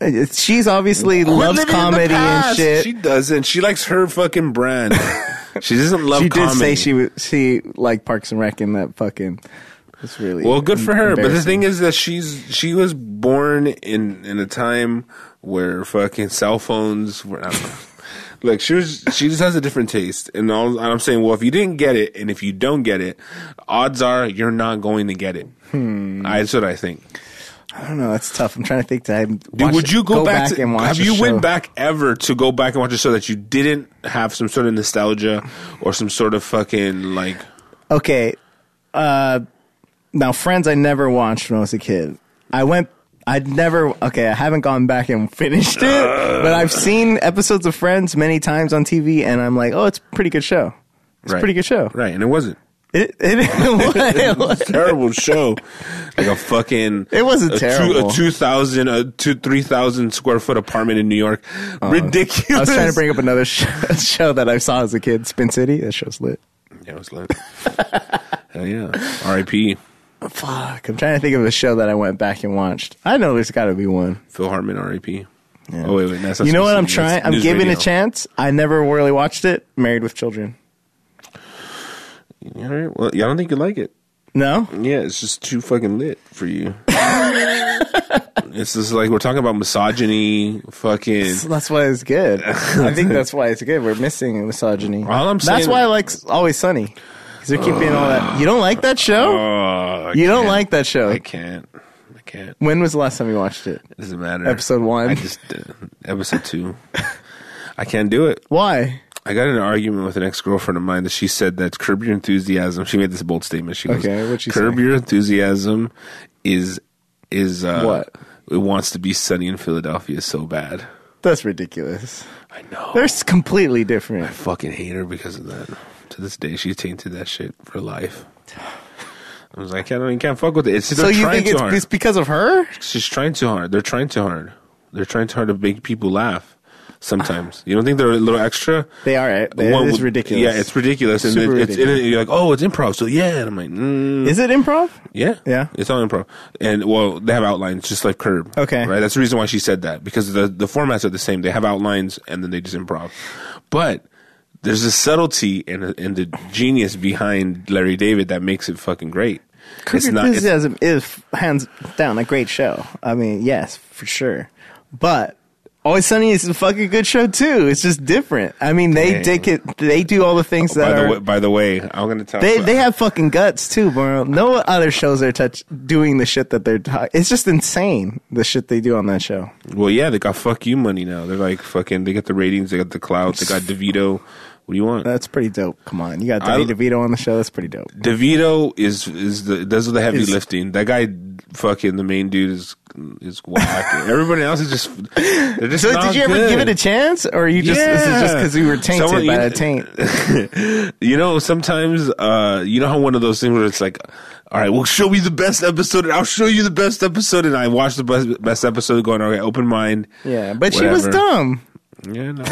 S2: uh, She's obviously
S1: We're
S2: loves
S1: living in the
S2: comedy and
S1: past.
S2: shit.
S1: She
S2: She,
S1: doesn't. She likes her fucking [LAUGHS] brand. she doesn't love.
S2: did
S1: comedy.
S2: say she w- she liked Parks and Rec in that fucking. It's really
S1: Well, good for her. But the
S2: embarrassing.
S1: thing is that she's she was born in in a time where fucking cell phones were. I don't know. [LAUGHS] Like she was, she just has a different taste, and all, and I'm saying, well, if you didn't get it, and if you don't get it, odds are you're not going to get it.
S2: Hmm.
S1: I, that's what I think.
S2: I don't know. That's tough. I'm trying to think. That I
S1: Dude, would you go, back, to,
S2: and watch?
S1: Have
S2: the
S1: you
S2: show.
S1: went back ever to go back and watch a show that you didn't have some sort of nostalgia or some sort of fucking like?
S2: Okay. Uh, now Friends I never watched when I was a kid. I went I'd never okay, I haven't gone back and finished it, but I've seen episodes of Friends many times on TV and I'm like, "Oh, it's a pretty good show." It's a
S1: Right.
S2: pretty good show.
S1: Right, and it wasn't.
S2: It it, [LAUGHS] it, was,
S1: terrible show. Like a fucking.
S2: It wasn't
S1: a Two,
S2: terrible.
S1: a 2,000, a two, 3,000 square foot apartment in New York. Ridiculous.
S2: Oh, I was trying to bring up another [LAUGHS] sh- show that I saw as a kid, Spin City. That show's lit.
S1: Yeah, it was lit. Hell yeah. R.I.P.
S2: Fuck, I'm trying to think of a show that I went back and watched. I know there's got to be one.
S1: Phil Hartman, R.I.P. Oh, wait, wait. That's not
S2: you know what? I'm
S1: Spin City,
S2: trying.
S1: that's
S2: I'm
S1: News
S2: giving
S1: Radio.
S2: a chance. I never really watched it. Married with Children.
S1: All right. Well, I don't think you like it.
S2: No,
S1: Yeah, it's just too fucking lit for
S2: [LAUGHS]
S1: you. it's just like we're talking about misogyny, fucking.
S2: So that's why it's good. I think that's why it's good. We're missing misogyny.
S1: All I'm
S2: that's
S1: saying-
S2: why I like Always Sunny. Because they're keeping all that. You don't like that show?
S1: Oh, I
S2: you don't
S1: can't.
S2: like that show.
S1: I can't. I can't.
S2: when was the last time you watched it?
S1: Doesn't matter.
S2: Episode one.
S1: I just uh, episode two. I can't do it.
S2: Why?
S1: I got in an argument with an ex girlfriend of mine that she said that curb your enthusiasm. She made this bold statement. She goes,
S2: Okay, what'd she
S1: "Curb
S2: say?
S1: your enthusiasm is is uh,
S2: What?
S1: it wants to be sunny in Philadelphia so bad."
S2: That's ridiculous.
S1: I know.
S2: They're s- completely different.
S1: I fucking hate her because of that. To this day, she's tainted that shit for life. [SIGHS] I was like, I can't, I can't fuck with it. It's just
S2: So
S1: they're
S2: you
S1: trying
S2: think
S1: too
S2: it's,
S1: hard.
S2: it's because of her?
S1: She's trying too hard. They're trying too hard. They're trying too hard to make people laugh. Sometimes you don't think they're a little extra.
S2: They are. It it
S1: One
S2: is
S1: would-
S2: ridiculous.
S1: Yeah, it's ridiculous, and,
S2: Super
S1: it, it's,
S2: ridiculous.
S1: and you're like, oh, it's improv. So yeah, and I'm like, mm,
S2: Is it improv?
S1: yeah,
S2: Yeah.
S1: it's all improv. And well, they have outlines, just like Curb.
S2: Okay.
S1: right. That's the reason why she said that because the the formats are the same. They have outlines, and then they just improv. But there's a subtlety and a- and the genius behind Larry David that makes it fucking great.
S2: Curb Your Enthusiasm is hands down a great show. I mean, yes, for sure. But Always Sunny is a fucking good show too. It's just different. I mean, they
S1: Dang.
S2: take it. They do all the things that
S1: by the
S2: are.
S1: way, by the way, I'm gonna tell.
S2: they they have fucking guts too, bro. No other shows are touch doing the shit that they're. ta- It's just insane the shit they do on that show.
S1: Well, yeah, they got fuck you money now. They're like fucking. They got the ratings. They got the clout. They got DeVito. What do you want?
S2: That's pretty dope. Come on, you got Danny
S1: I-
S2: DeVito on the show. That's pretty dope.
S1: DeVito is is the does the heavy
S2: Is-
S1: lifting. That guy, fucking the main dude is is
S2: [LAUGHS]
S1: whack. Everybody else is just. They're just
S2: So
S1: not
S2: did you ever
S1: good. [LAUGHS]
S2: give it a chance, or you just this is just
S1: Yeah.
S2: because you were tainted
S1: Someone-
S2: by
S1: you-
S2: a taint?
S1: You know, sometimes uh, you know how one of those things where it's like, all right, well, show me the best episode, and I'll show you the best episode, and I watch the best best episode, going, okay, open mind.
S2: Yeah, but she was
S1: whatever.
S2: dumb.
S1: Yeah, no.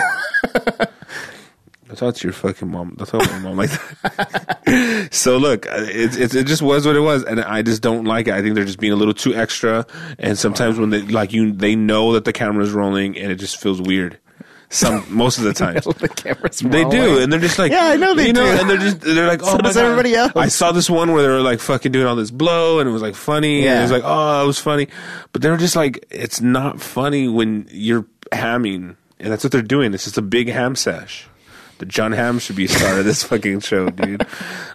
S1: I thought your fucking mom. I thought my mom like that. [LAUGHS] so look, it, it it just was what it was, and I just don't like it. I think they're just being a little too extra, and sometimes when they like you, they know that the camera's rolling, and it just feels weird. Some most of the time.
S2: the cameras.
S1: They do, and they're just like,
S2: [LAUGHS] Yeah, I know they
S1: you know,
S2: do.
S1: and they're just they're like, oh,
S2: [LAUGHS] So
S1: my
S2: does
S1: God.
S2: everybody else.
S1: I saw this one where they were like fucking doing all this blow, and it was like funny, and
S2: Yeah.
S1: it was like, oh, it was funny, but they were just like, it's not funny when you're hamming, and that's what they're doing. It's just a big ham sesh. The John Ham should be a star of this [LAUGHS] fucking show,
S2: [LAUGHS]
S1: dude.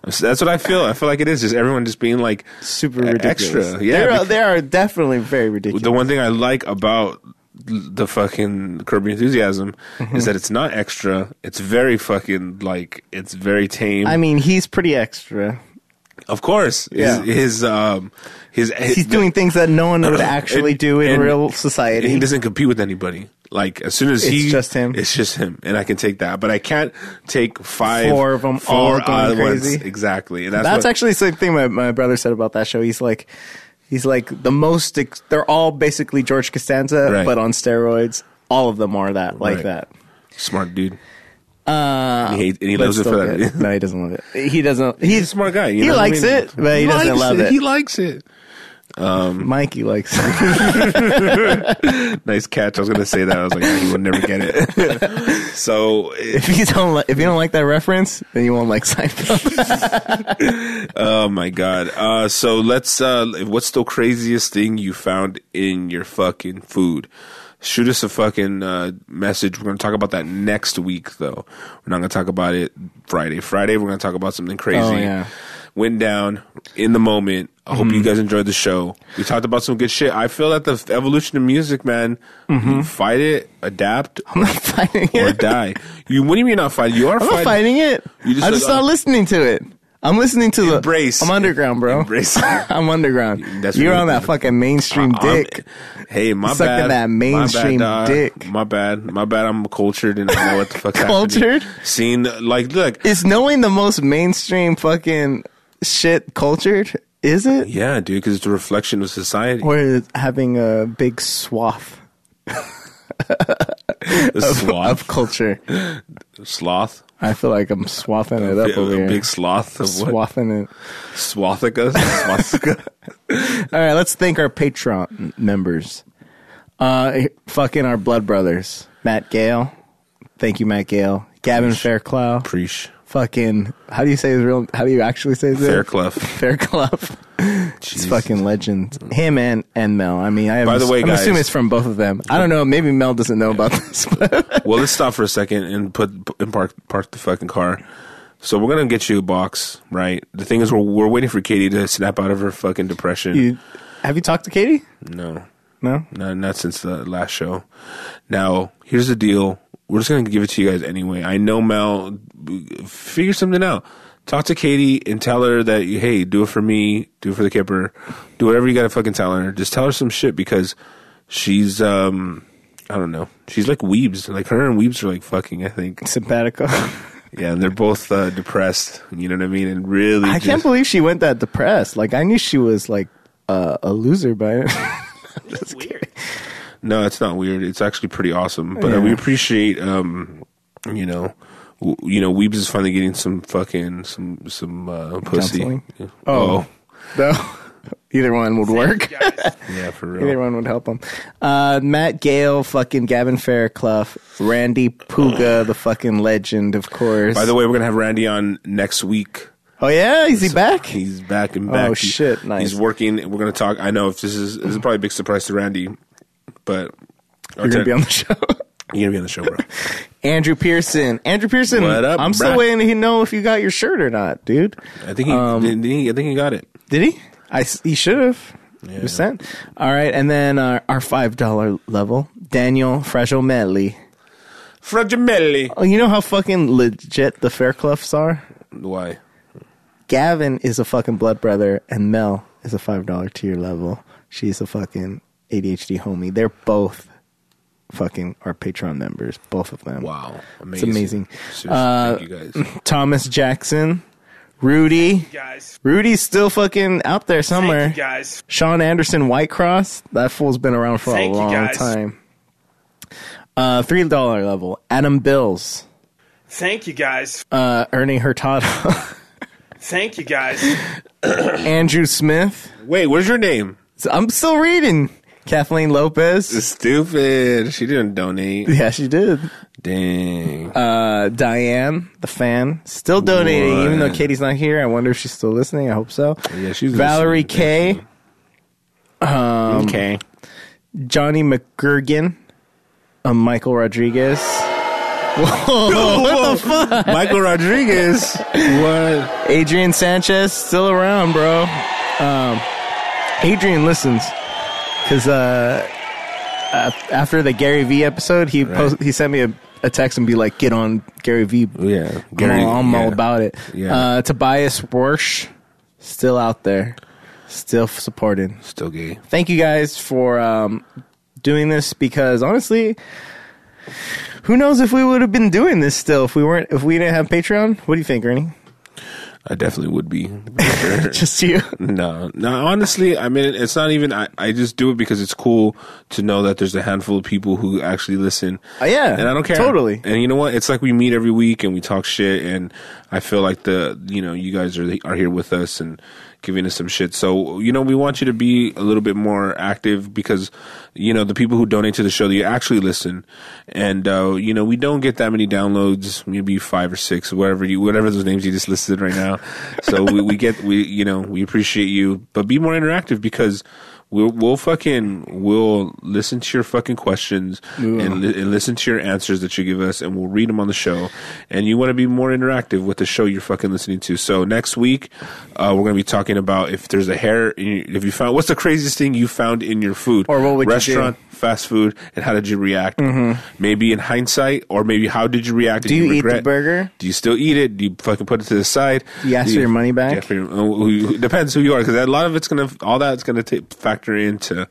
S1: So that's what I feel. I feel like it is just everyone just being like
S2: super
S1: e-
S2: ridiculous. uh,
S1: extra. Yeah,
S2: they are,
S1: because-
S2: they are definitely very ridiculous.
S1: the one thing I like about the fucking Kirby enthusiasm
S2: Mm-hmm.
S1: is that it's not extra. It's very fucking like it's very tame.
S2: I mean, he's pretty extra.
S1: of course,
S2: Yeah.
S1: his, his um his
S2: He's doing things that no one would actually do in
S1: and-
S2: real society.
S1: He doesn't compete with anybody. Like as soon as
S2: It's
S1: he,
S2: just him.
S1: It's just him, and I can take that. But I can't take five,
S2: Four of 'em all going
S1: odd ones.
S2: crazy.
S1: Exactly, and that's,
S2: That's
S1: what-
S2: actually the same thing my, my brother said about that show. He's like, he's like the most. Ex- they're all basically George Costanza,
S1: Right.
S2: but on steroids. All of them are that like
S1: Right.
S2: that.
S1: smart dude. Uh, he hates, and he
S2: But
S1: loves it
S2: still
S1: for that.
S2: good. No, he doesn't love it. He doesn't.
S1: He's a [LAUGHS]
S2: He's
S1: smart guy. you
S2: he
S1: know what I
S2: likes
S1: mean?
S2: it, but he, doesn't
S1: likes
S2: love it.
S1: He likes it.
S2: Mikey likes it.
S1: Nice catch. I was gonna say that. I was like, he would never get it. [LAUGHS] so
S2: if you don't li- if you don't like that reference, then you won't like Seinfeld. [LAUGHS]
S1: Oh my god. Uh, so let's. Uh, what's the craziest thing you found in your fucking food? Shoot us a fucking uh, message. We're gonna talk about that next week, though. We're not gonna talk about it Friday. Friday, we're gonna talk about something crazy.
S2: Oh, yeah. Mm.
S1: Went down in the moment. I hope you guys enjoyed the show. We talked about some good shit. I feel that the evolution of music, man. You
S2: Mm-hmm.
S1: fight it, adapt,
S2: I'm not fighting
S1: or
S2: it. [LAUGHS]
S1: die. You. What do you mean not fight? You are
S2: I'm not
S1: fighting.
S2: fighting it.
S1: You just
S2: I
S1: said,
S2: just
S1: uh,
S2: not listening to it. I'm listening to the
S1: Embrace.
S2: I'm underground, bro.
S1: Embrace.
S2: [LAUGHS] I'm underground.
S1: [LAUGHS] That's
S2: You're
S1: really-
S2: on that fucking mainstream
S1: I'm-
S2: dick.
S1: hey, my
S2: Sucking
S1: bad.
S2: that mainstream
S1: my bad, dog.
S2: dick.
S1: My bad. My bad. I'm cultured and I know what the fuck's
S2: Cultured?
S1: happening. Seen like look.
S2: Is knowing the most mainstream fucking shit cultured? Is it?
S1: Yeah, dude, because it's a reflection of society.
S2: Or is having a big swath
S1: A
S2: of
S1: sloth.
S2: culture?
S1: sloth.
S2: I feel like I'm swathing it up
S1: A-
S2: over
S1: a
S2: here.
S1: big sloth of what?
S2: swathing it. [LAUGHS]
S1: Swathica? Swastika?
S2: All right, let's thank our Patreon members. Uh, fucking our blood brothers, Matt Gale. Thank you, Matt Gale. Gavin Fairclough. [LAUGHS]
S1: Preach.
S2: Fucking, how do you say his real? How do you actually say his name?
S1: Fairclough.
S2: Fairclough.
S1: [LAUGHS]
S2: It's fucking legend. Him and and Mel. I mean, I am,
S1: By the way,
S2: I'm
S1: guys-
S2: assuming it's from both of them. I don't know. Maybe Mel doesn't know about this, [LAUGHS] but
S1: Well, let's stop for a second and put and park park the fucking car. So we're gonna get you a box, right? The thing is, we're we're waiting for Katie to snap out of her fucking depression.
S2: you, have you talked to Katie?
S1: no,
S2: No.
S1: no, not since the last show. Now, here's the deal. We're just gonna give it to you guys anyway. I know Mel. Figure something out. Talk to Katie and tell her that hey, do it for me, do it for the kipper, do whatever you gotta fucking tell her. Just tell her some shit because she's um, I don't know. She's like weebs. Like her and weebs are like fucking. I think. [LAUGHS]
S2: Simpatico.
S1: Yeah, and they're both uh, depressed. You know what I mean? And really,
S2: I can't
S1: just-
S2: believe she went that depressed. Like I knew she was like uh, a loser by it. [LAUGHS]
S1: No, it's not weird. It's actually pretty awesome. But uh, we appreciate, um, you know, w- you know, Weebs is finally getting some fucking some some uh, pussy.
S2: Counseling? Oh. No, [LAUGHS] either one would work.
S1: yeah, for
S2: Either
S1: real.
S2: one would help him. Uh, Matt Gale, fucking Gavin Fairclough, Randy Puga, the fucking legend, of course.
S1: By the way, we're gonna have Randy on next week.
S2: oh yeah, is he back?
S1: He's back and back.
S2: Oh,
S1: He-
S2: shit, nice.
S1: He's working. We're gonna talk. I know if this is this is probably a big surprise to Randy, but
S2: You're gonna be on the show. [LAUGHS]
S1: you're gonna be on the show, bro.
S2: Andrew Pearson, Andrew Pearson.
S1: What up,
S2: I'm still
S1: bruh?
S2: waiting to know if you got your shirt or not, dude.
S1: I
S2: [LAUGHS]
S1: think he,
S2: Um,
S1: didn't he- I think he got it.
S2: Did he? I s- he should have. Percent. All right, and then uh, our five dollar level, Daniel Fragile Medley.
S1: Fragimelli.
S2: Oh, you know how fucking legit the Faircloughs are.
S1: Why?
S2: Gavin is a fucking blood brother, and Mel is a five dollar tier level. She's a fucking ADHD homie. They're both fucking our Patreon members, both of them.
S1: Wow,
S2: It's amazing. Uh,
S1: Seriously, thank you guys.
S2: Thomas Jackson, Rudy.
S10: guys.
S2: Rudy's still fucking out there somewhere.
S10: Thank you guys.
S2: Sean Anderson Whitecross. That fool's been around for
S10: Thank
S2: a
S10: you,
S2: long
S10: guys.
S2: time. Uh, three dollar level. Adam Bills,
S10: Thank you guys.
S2: uh, Ernie Hurtado,
S10: Thank you guys.
S2: [LAUGHS] Andrew Smith.
S1: Wait, where's your name?
S2: So I'm still reading. Kathleen Lopez.
S1: Stupid. She didn't
S2: [LAUGHS]
S1: donate.
S2: Yeah, she did.
S1: Dang.
S2: Uh, Diane, the fan, still donating,
S1: What?
S2: even though Katie's not here. I wonder if she's still listening. I hope so.
S1: Yeah, she's
S2: Valerie
S1: listening,
S2: K, Um,
S1: okay.
S2: Johnny McGurgan, uh, Michael Rodriguez. [LAUGHS]
S1: Michael Rodriguez. what?
S2: Adrian Sanchez still around, bro. Um, Adrian listens because uh, af- after the Gary V episode, he post- he sent me a, a text and be like, "Get on Gary V."
S1: Yeah.
S2: Gary, I'm, all, I'm all
S1: yeah.
S2: about it.
S1: Yeah.
S2: Uh, Tobias Warsh still out there, still f- supporting.
S1: Still gay.
S2: Thank you guys for um, doing this because honestly. Who knows if we would have been doing this still if we weren't if we didn't have Patreon? What do you think, Ernie? [LAUGHS]
S1: I definitely would be. [LAUGHS] for sure.
S2: Just you.
S1: No, no. Honestly, I mean, it's not even. I, I just do it because it's cool to know that there's a handful of people who actually listen.
S2: Uh, yeah,
S1: and I don't care
S2: totally.
S1: And you know what? It's like we meet every week and we talk shit, and I feel like the you know you guys are are here with us and giving us some shit. So you know we want you to be a little bit more active because you know the people who donate to the show they actually listen, and uh, you know we don't get that many downloads, maybe five or six, whatever you whatever those names you just listed right now. so we, we get we you know we appreciate you, but be more interactive because We'll, we'll fucking we'll listen to your fucking questions
S2: We will.
S1: and, li- and listen to your answers that you give us, and we'll read them on the show. And you want to be more interactive with the show you're fucking listening to. So next week, uh, we're gonna be talking about if there's a hair, in your- if you found what's the craziest thing you found in your food
S2: Or what would you do?
S1: restaurant, fast food, and how did you react?
S2: Mhm.
S1: Maybe in hindsight, or maybe how did you react?
S2: Do
S1: Did
S2: you eat the
S1: regret-
S2: burger?
S1: Do you still eat it? Do you fucking put it to the side?
S2: You ask
S1: Do
S2: for your money back?
S1: Yeah, for your- uh, who you- depends who you are, because a lot of it's gonna, all that's gonna ta- factor
S2: [LAUGHS]
S1: into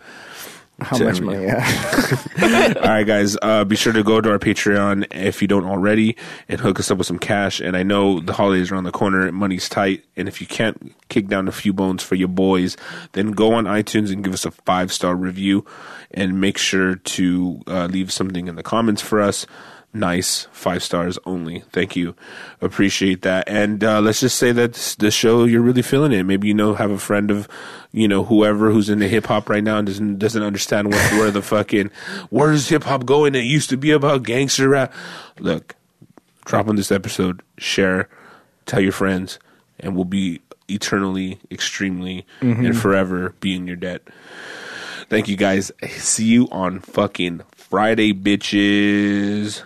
S2: How
S1: to
S2: much
S1: everything.
S2: money? Yeah.
S1: All right, guys. Uh, be sure to go to our Patreon if you don't already, and hook us up with some cash. And I know the holidays are around the corner, money's tight, and if you can't kick down a few bones for your boys, then go on iTunes and give us a five star review, and make sure to uh, leave something in the comments for us. Nice five stars only. Thank you, appreciate that. And uh, let's just say that this- the show you're really feeling it. Maybe you know have a friend of you know whoever who's into hip hop right now and doesn't doesn't understand what, where the fucking where's hip hop going? It used to be about gangster rap. Look, drop on this episode, share, tell your friends, and we'll be eternally, extremely,
S2: Mhm.
S1: and forever be in your debt. Thank you guys. See you on fucking Friday, bitches.